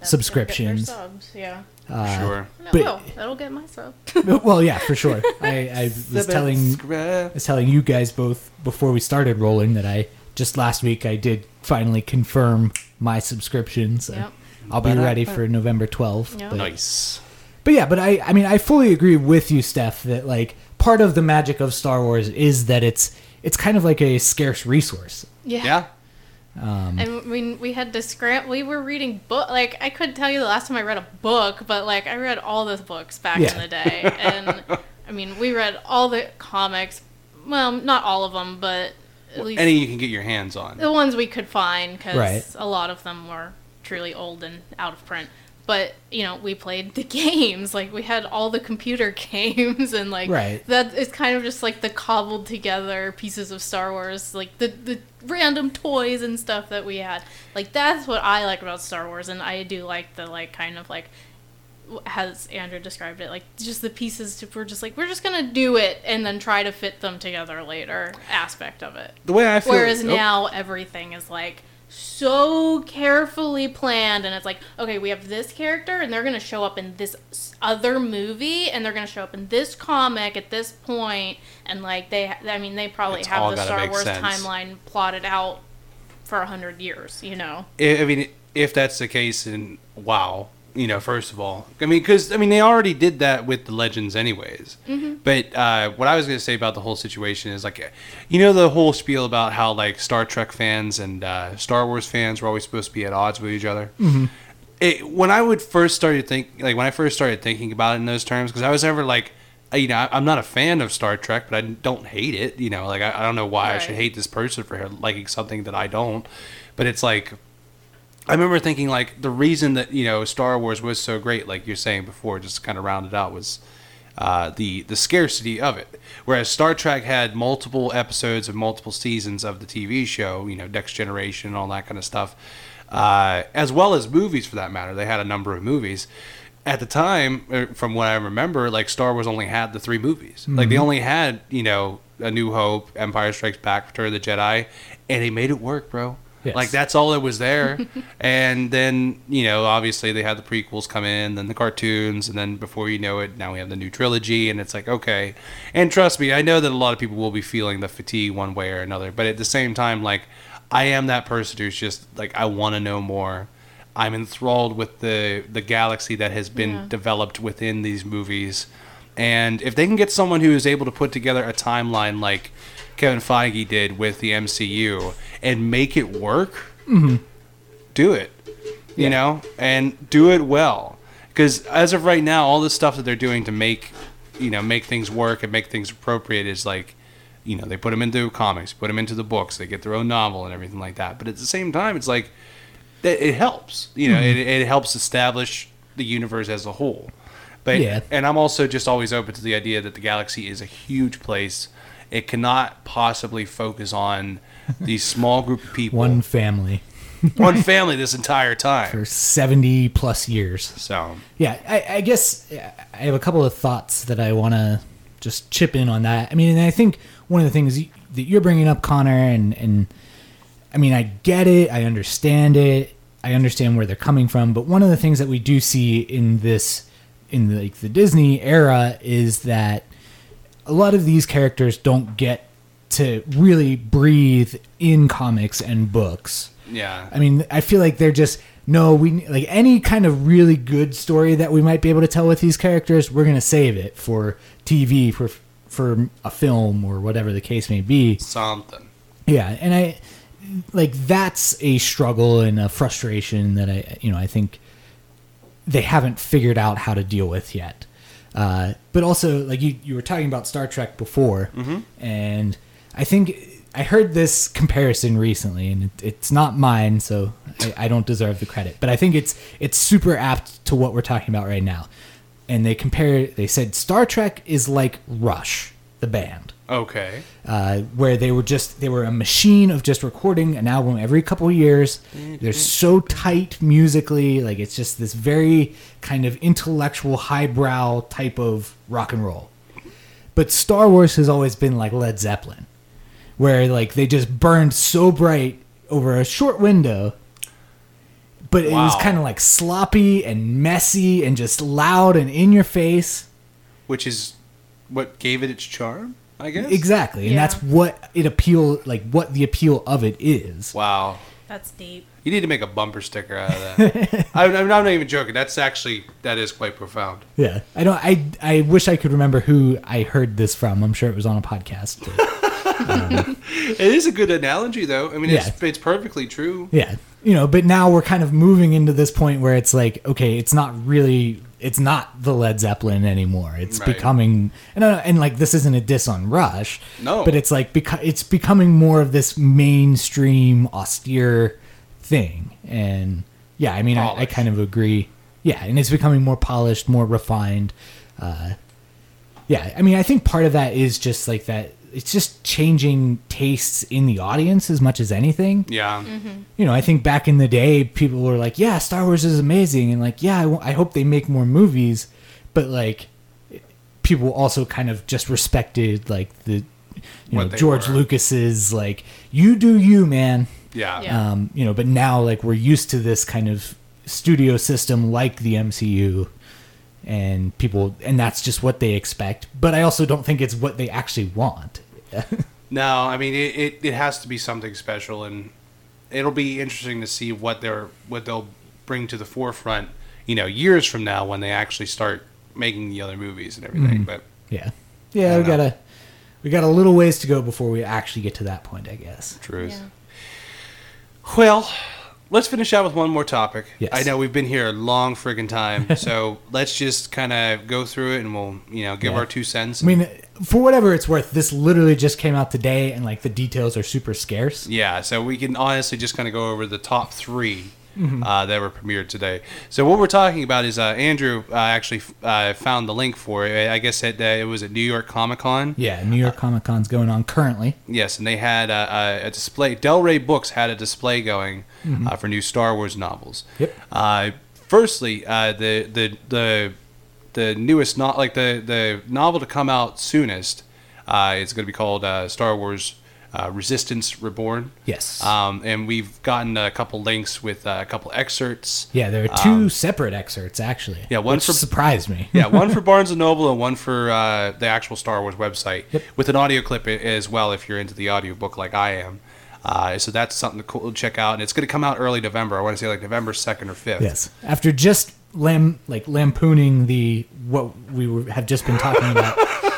subscriptions. subs, yeah. Uh, sure. No, But- will. That'll get my sub. well, yeah, for sure. I, I was telling I was telling you guys both before we started rolling that I just last week I did finally confirm my subscription, so Yep. I'll be ready for November twelfth. Yep. But, Nice. but yeah, but I I mean I fully agree with you, Steph, that like part of the magic of Star Wars is that it's it's kind of like a scarce resource. Yeah. Yeah. And we we had to scram. We were reading book. Like I couldn't tell you the last time I read a book, but like I read all those books back Yeah. in the day. And I mean, we read all the comics. Well, not all of them, but at least Any you can get your hands on. the ones we could find because Right. a lot of them were truly old and out of print. But you know, we played the games. Like we had all the computer games, and like Right. that is kind of just like the cobbled together pieces of Star Wars, like the the random toys and stuff that we had. Like that's what I like about Star Wars, and I do like the like kind of like as Andrew described it, like just the pieces. To, we're just like we're just gonna do it and then try to fit them together later. Aspect of it. The way I feel. Whereas oh, now everything is like so carefully planned, and it's like, okay, we have this character, and they're gonna show up in this s- other movie, and they're gonna show up in this comic at this point, and like they, ha- I mean, they probably It's all have the gotta Star make Wars sense. timeline plotted out for a hundred years, you know? I I mean, if that's the case, then wow. You know, first of all, I mean, because I mean, they already did that with the legends, anyways. But uh, what I was going to say about the whole situation is like, you know, the whole spiel about how like Star Trek fans and uh, Star Wars fans were always supposed to be at odds with each other. It, when I would first start to think, like when I first started thinking about it in those terms, because I was never like, I- you know, I- I'm not a fan of Star Trek, but I don't hate it. You know, like I, I don't know why I should Right. hate this person for liking something that I don't. But it's like I remember thinking like the reason that you know Star Wars was so great, like you're saying before, just to kind of round it out, was uh, the the scarcity of it. Whereas Star Trek had multiple episodes and multiple seasons of the TV show, you know, Next Generation and all that kind of stuff, uh, as well as movies for that matter. They had a number of movies. At the time, er, from what I remember, like Star Wars only had the three movies. Like they only had, you know, A New Hope, Empire Strikes Back, Return of the Jedi, and they made it work, bro. Yes. Like that's all that was there. and then, you know, obviously they had the prequels come in, then the cartoons, and then before you know it, now we have the new trilogy and it's like, okay. And trust me, I know that a lot of people will be feeling the fatigue one way or another, but at the same time like I am that person who's just like I want to know more. I'm enthralled with the the galaxy that has been Yeah. developed within these movies. And if they can get someone who is able to put together a timeline like Kevin Feige did with the MCU and make it work, do it. You know, and do it well. Because as of right now, all the stuff that they're doing to make, you know, make things work and make things appropriate is like, you know, they put them into comics, put them into the books, they get their own novel and everything like that. But at the same time, it's like, it, it helps. You know, Mm-hmm. it, it helps establish the universe as a whole. But Yeah. and I'm also just always open to the idea that the galaxy is a huge place. It cannot possibly focus on the small group of people, One family one family, this entire time. for seventy plus years. So Yeah, I, I guess uh, I have a couple of thoughts that I want to just chip in on that. I mean, and I think one of the things y- that you're bringing up, Connor, and and I mean, I get it, I understand it, I understand where they're coming from. But one of the things that we do see in this, in like the Disney era, is that a lot of these characters don't get to really breathe in comics and books. yeah, I mean, I feel like they're just no. We like any kind of really good story that we might be able to tell with these characters. We're gonna save it for TV for for a film or whatever the case may be. something. Yeah, and I like that's a struggle and a frustration that I you know I think they haven't figured out how to deal with yet. Uh, but also, like you you were talking about Star Trek before, and I think I heard this comparison recently, and it, it's not mine, so I, I don't deserve the credit. But I think it's it's super apt to what we're talking about right now. And they compare. They said Star Trek is like Rush, the band Okay. uh, where they were just they were a machine of just recording an album every couple of years. They're so tight musically, like it's just this very kind of intellectual, highbrow type of rock and roll. But Star Wars has always been like Led Zeppelin, where like they just burned so bright over a short window, but it was Wow. kind of like sloppy and messy and just loud and in your face. which is what gave it its charm, I guess. Exactly, and Yeah. that's what it appeal like what the appeal of it is. Wow. That's deep. You need to make a bumper sticker out of that. I, I'm not even joking. That's actually that is quite profound. Yeah, I don't. I I wish I could remember who I heard this from. I'm sure it was on a podcast. but- It is a good analogy, though. I mean, it's it's perfectly true. yeah, you know. But now we're kind of moving into this point where it's like, okay, it's not really, it's not the Led Zeppelin anymore. It's Right. becoming, and I- and like this isn't a diss on Rush. No. but it's like beca- it's becoming more of this mainstream austere thing. And yeah, I mean, I, I Polished. kind of agree. Yeah, and it's becoming more polished, more refined. uh, Yeah, I mean, I think part of that is just like that. It's just changing tastes in the audience as much as anything. Yeah. You know, I think back in the day, people were like, "Yeah, Star Wars is amazing," and like, "Yeah, I wa- I hope they make more movies," but like, people also kind of just respected like the, you know, What they George were. Lucas's like, "You do you, man." Yeah. Yeah. Um, you know, but now like we're used to this kind of studio system like the MCU and people and that's just what they expect. But I also don't think it's what they actually want. No, I mean it, it, it has to be something special, and it'll be interesting to see what they're what they'll bring to the forefront. You know, years from now when they actually start making the other movies and Mm-hmm. everything. But Yeah. Yeah, I we know. got to we got a little ways to go before we actually get to that point, I guess. truth. Yeah. Well, let's finish out with one more topic. Yes. I know we've been here a long friggin' time, so let's just kind of go through it, and we'll you know give Yeah. our two cents. I mean, for whatever it's worth, this literally just came out today and like the details are super scarce. Yeah, so we can honestly just kind of go over the top 3 uh, that were premiered today. So what we're talking about is uh, Andrew uh, actually uh, found the link for it. I guess it, uh, it was at New York Comic Con. Yeah, New York Comic Con's going on currently. Yes, and they had uh, uh, a display. Del Rey Books had a display going uh, for new Star Wars novels. Yep. Uh, firstly, uh, the the the the newest not like the the novel to come out soonest. Uh, it's going to be called uh, Star Wars uh, Resistance Reborn. Yes. Um, and we've gotten a couple links with uh, a couple excerpts. yeah, there are two um, separate excerpts actually. Yeah, one which for- surprised me. yeah, one for Barnes and Noble and one for uh, the actual Star Wars website Yep. with an audio clip i- as well if you're into the audiobook like I am. Uh, so that's something to cool, check out, and it's going to come out early November. I want to say like November second or fifth. Yes. After just lam like lampooning the what we were, have just been talking about,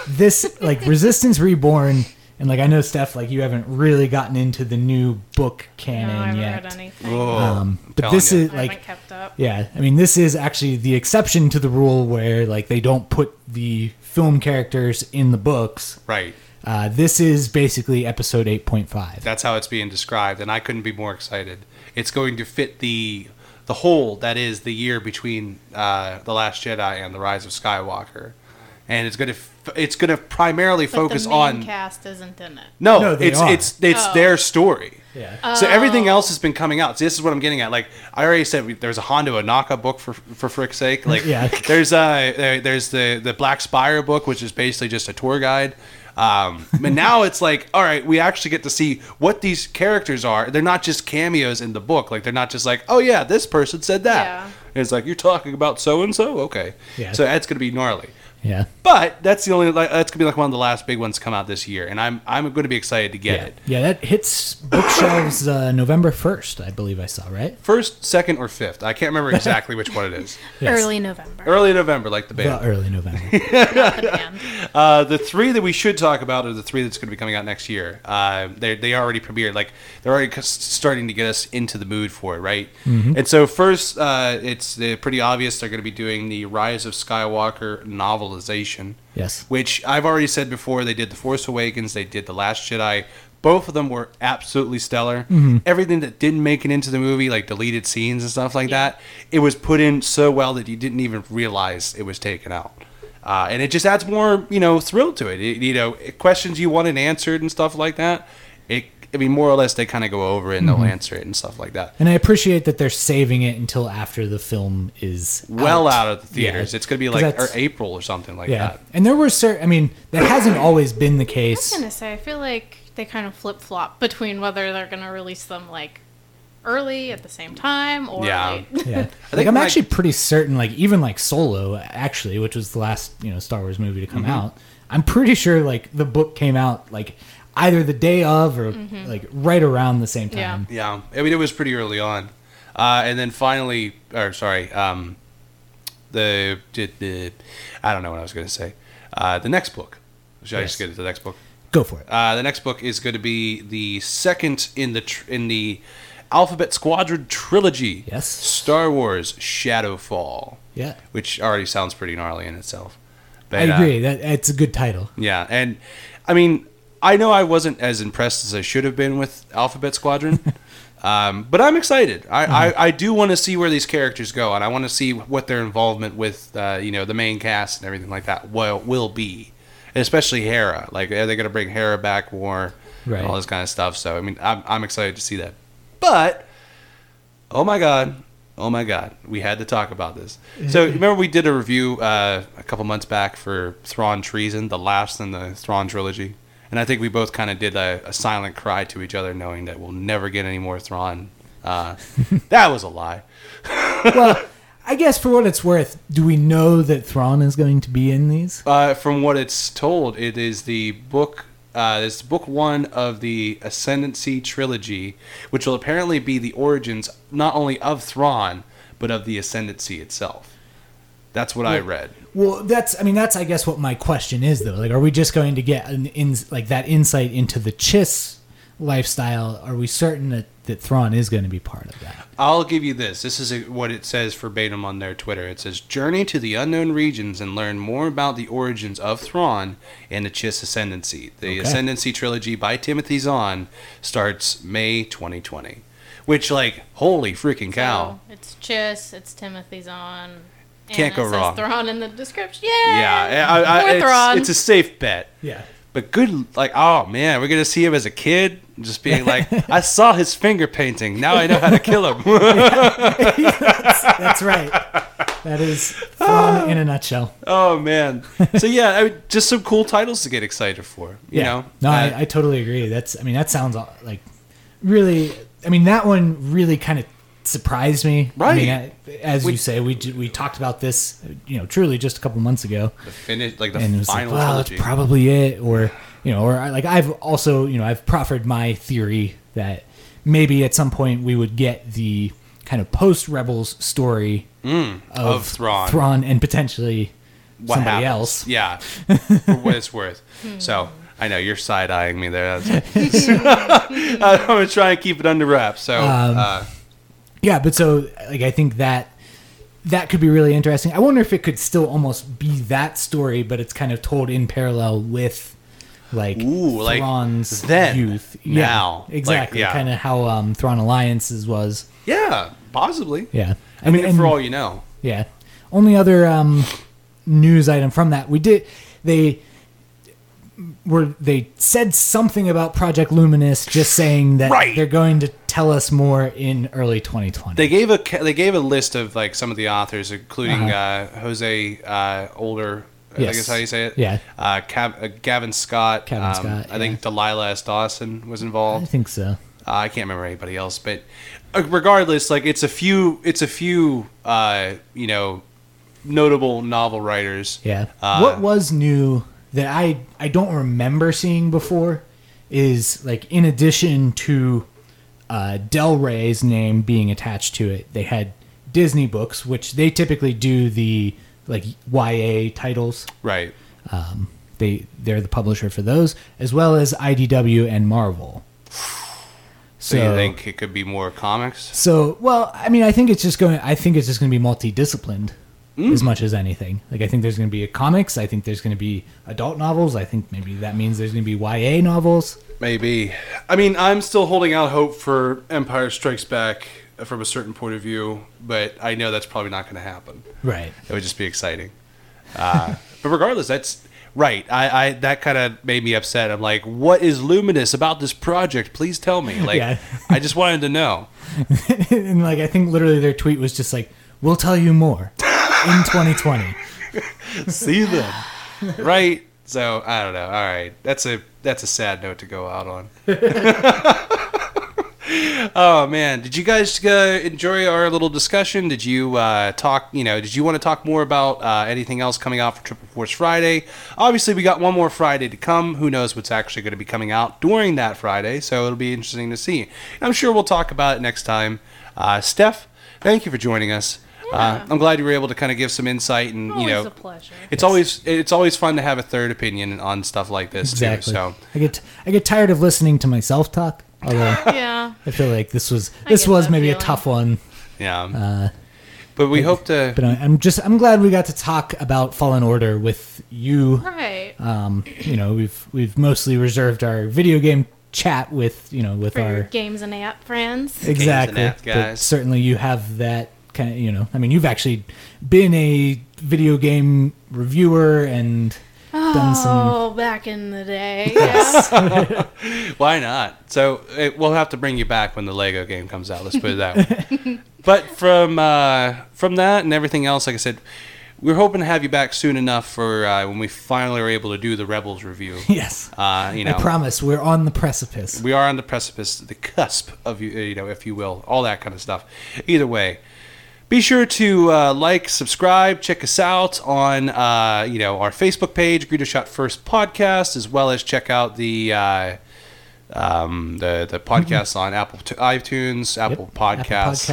this like Resistance Reborn and like I know Steph, like you haven't really gotten into the new book No, I canon haven't read yet. anything. Oh, Um, I'm but telling this ya. is I like haven't kept up. yeah, I mean this is actually the exception to the rule where like they don't put the film characters in the books. right. Uh, this is basically episode eight point five. That's how it's being described, and I couldn't be more excited. It's going to fit the the hole that is the year between uh, the Last Jedi and the Rise of Skywalker, and it's going to f- it's going to primarily But focus the main on cast isn't in it. no, No, they it's are. it's it's Oh. their story. Yeah. Uh, So Oh. everything else has been coming out. So this is what I'm getting at. Like I already said, we- there's a Hondo Anaka book for for frick's sake. Like Yeah. there's uh there, there's the the Black Spire book, which is basically just a tour guide. Um, but now it's like, all right, we actually get to see what these characters are. They're not just cameos in the book. Like they're not just like, oh yeah, this person said that. Yeah. And it's like you're talking about so and so. Okay. Yeah. So that's gonna be gnarly. Yeah. But that's the only like, that's gonna be like one of the last big ones to come out this year, and I'm I'm gonna be excited to get Yeah. it. yeah, that hits bookshelves uh, November 1st, I believe I saw, right? First, second, or fifth. I can't remember exactly which one it is. Yes. Early November. Early November, like the Well, band. early November. Not the band. Uh, the three that we should talk about are the three that's going to be coming out next year. Uh, they they already premiered. Like they're already c- starting to get us into the mood for it, right? And so first, uh, it's uh, pretty obvious they're going to be doing the Rise of Skywalker novelization. Yes. Which I've already said before, they did The Force Awakens, they did The Last Jedi. Both of them were absolutely stellar. Mm-hmm. Everything that didn't make it into the movie, like deleted scenes and stuff like that, it was put in so well that you didn't even realize it was taken out. Uh, and it just adds more, you know, thrill to it. it. You know, questions you wanted answered and stuff like that. It, I mean, more or less, they kind of go over it and Mm-hmm. they'll answer it and stuff like that. And I appreciate that they're saving it until after the film is Well uh, out of the theaters. Yeah. It's going to be 'Cause like or that's- April or something like Yeah. that. And there were certain, I mean, that hasn't always been the I was case. gonna say, I feel like they kind of flip flop between whether they're gonna release them like early at the same time or Yeah. late. Yeah, like think I'm my- actually pretty certain. Like even like Solo, actually, which was the last you know Star Wars movie to come out. I'm pretty sure like the book came out like either the day of or like right around the same Yeah. time. Yeah, I mean it was pretty early on, uh, and then finally, or sorry, um, the, the, the I don't know what I was going to say. Uh, the next book. Should I just Yes. get to the next book? Go for it. Uh, the next book is going to be the second in the tr- in the Alphabet Squadron trilogy. Yes. Star Wars Shadowfall, Yeah, which already sounds pretty gnarly in itself. I But, uh, agree. That it's a good title. yeah, and I mean, I know I wasn't as impressed as I should have been with Alphabet Squadron, um, but I'm excited. I, I, I do want to see where these characters go, and I want to see what their involvement with uh, you know the main cast and everything like that will will be, and especially Hera. Like, are they going to bring Hera back more? Right. All this kind of stuff. So I mean, I'm I'm excited to see that. But oh my god. Oh my God! We had to talk about this. So remember, we did a review uh, a couple months back for Thrawn Treason, the last in the Thrawn trilogy, and I think we both kind of did a, a silent cry to each other, knowing that we'll never get any more Thrawn. Uh, that was a lie. I guess for what it's worth, do we know that Thrawn is going to be in these? Uh, from what it's told, it is the book. Uh, it's book one of the Ascendancy trilogy, which will apparently be the origins not only of Thrawn but of the Ascendancy itself. That's what I read. Well, that's I mean that's I guess what my question is though. Like, are we just going to get an in like that insight into the Chiss lifestyle? Are we certain that that Thrawn is going to be part of that? I'll give you this. This is what it says verbatim on their Twitter. It says, "Journey to the unknown regions and learn more about the origins of Thrawn and the Chiss Ascendancy. The Okay. Ascendancy trilogy by Timothy Zahn starts May 2020." Which, like, holy freaking cow! So, it's Chiss, it's Timothy Zahn. Can't and go it says wrong. Thrawn in the description. Yeah, eh, I, I, More it's, eh, Thrawn. it's a safe bet. Yeah. But good, like, oh man, we're gonna see him as a kid, just being like, "I saw his finger painting. Now I know how to kill him." That's right. That is Thrawn in a nutshell. oh man. So yeah, I mean, just some cool titles to get excited for. You know? No, Uh, I, I totally agree. That's I mean that sounds all- like really. I mean that one really kind of surprised me. I mean, Right. I- as We- you say, we j- we talked about this, you know, truly just a couple months ago. finish like the and it was like, final wow, trilogy. that's probably it, or you know, or I- like I've also you know I've proffered my theory that maybe at some point we would get the kind of post Rebels story of, Mm, of Thrawn. and potentially somebody happens. else. Yeah, for what it's worth. so I know you're side eyeing me there. That's- I'm gonna try and keep it under wraps. So Um, uh, Yeah, but so like I think that that could be really interesting. I wonder if it could still almost be that story, but it's kind of told in parallel with like Ooh, like Thrawn's then, youth. now. Like, yeah, exactly. yeah. Kind of how um, Thrawn Alliances was. yeah, possibly. Yeah, I mean, and- for all you know, Yeah. Only other um, news item from that we did they were they said something about Project Luminous, just saying that Right. they're going to tell us more in early 2020. they gave a ca- they gave a list of like some of the authors, including uh Jose uh, Older. I Uh-huh. Yes. guess how you say it. Yeah. Uh, Cav- uh, Gavin Scott. Gavin um, Scott, I think Delilah S. Dawson was involved. I think so. Uh, I can't remember anybody else, but uh, regardless, like it's a few, it's a few, uh, you know, notable novel writers. Yeah. Uh, what was new that I I don't remember seeing before is like in addition to uh, Del Rey's name being attached to it, they had Disney books, which they typically do the like YA titles. Right. They they're the publisher for those, as well as IDW and Marvel. So, you think it could be more comics? So, well, I mean, I think it's just going. I think it's just going to be multidisciplined as much as anything. Like, I think there's going to be a comics. I think there's going to be adult novels. I think maybe that means there's going to be YA novels. Maybe. I mean, I'm still holding out hope for Empire Strikes Back from a certain point of view, but I know that's probably not going to happen. Right. It would just be exciting. Uh, but regardless, that's right. I, I that kind of made me upset. I'm like, what is luminous about this project? Please tell me. Like, Yeah. I just wanted to know. and like, I think literally their tweet was just like, "We'll tell you more in 2020." see them. right? So I don't know. All right, that's a that's a sad note to go out on. Oh man, did you guys uh, enjoy our little discussion? Did you uh, talk? You know, did you want to talk more about uh, anything else coming out for Triple Force Friday? Obviously, we got one more Friday to come. Who knows what's actually going to be coming out during that Friday? So it'll be interesting to see. And I'm sure we'll talk about it next time. Uh, Steph, thank you for joining us. Uh, I'm glad you were able to kind of give some insight and Always you know, a pleasure. it's always it's always fun to have a third opinion on stuff like this Exactly. too. So I get I get tired of listening to myself talk. Although yeah. I feel like this was this get was that maybe a feeling. tough one. yeah, but we hope to. Uh, But I, I'm just I'm glad we got to talk about Fallen Order with you. Right. Um, you know, we've we've mostly reserved our video game chat with you know with For your our games and app friends. exactly. app But guys. certainly, you have that kind of you know. I mean, you've actually been a video game reviewer and done some. Oh, back in the day. Yes. Why not? So it, we'll have to bring you back when the Lego game comes out. Let's put it that way. but from uh, from that and everything else, like I said, we're hoping to have you back soon enough for uh, when we finally are able to do the Rebels review. Yes, Uh, you I know, promise we're on the precipice. we are on the precipice, the cusp of you, you know, if you will, all that kind of stuff. Either way, be sure to uh, like, subscribe, check us out on uh, you know our Facebook page, Greeter Shot First Podcast, as well as check out the. Uh, um, the the podcast on Apple t- iTunes, Apple Mm-hmm. Yep. Apple Podcasts,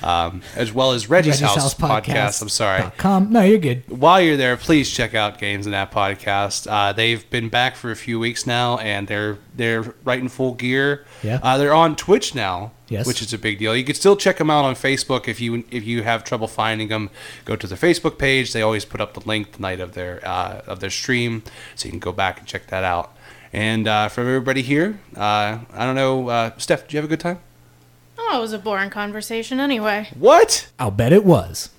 Podcasts, Um, as well as Reggie's, Reggie's House, House podcast. Podcast. I'm sorry dot com. No, you're good. while you're there, please check out Games in That podcast. Uh, they've been back for a few weeks now, and they're they're right in full gear. Yeah. uh, they're on Twitch now, Yes. which is a big deal. You can still check them out on Facebook if you if you have trouble finding them. Go to their Facebook page. They always put up the link the night of their uh, of their stream, so you can go back and check that out. And uh, from everybody here, uh, I don't know, uh, Steph, did you have a good time? oh, it was a boring conversation anyway. What? I'll bet it was.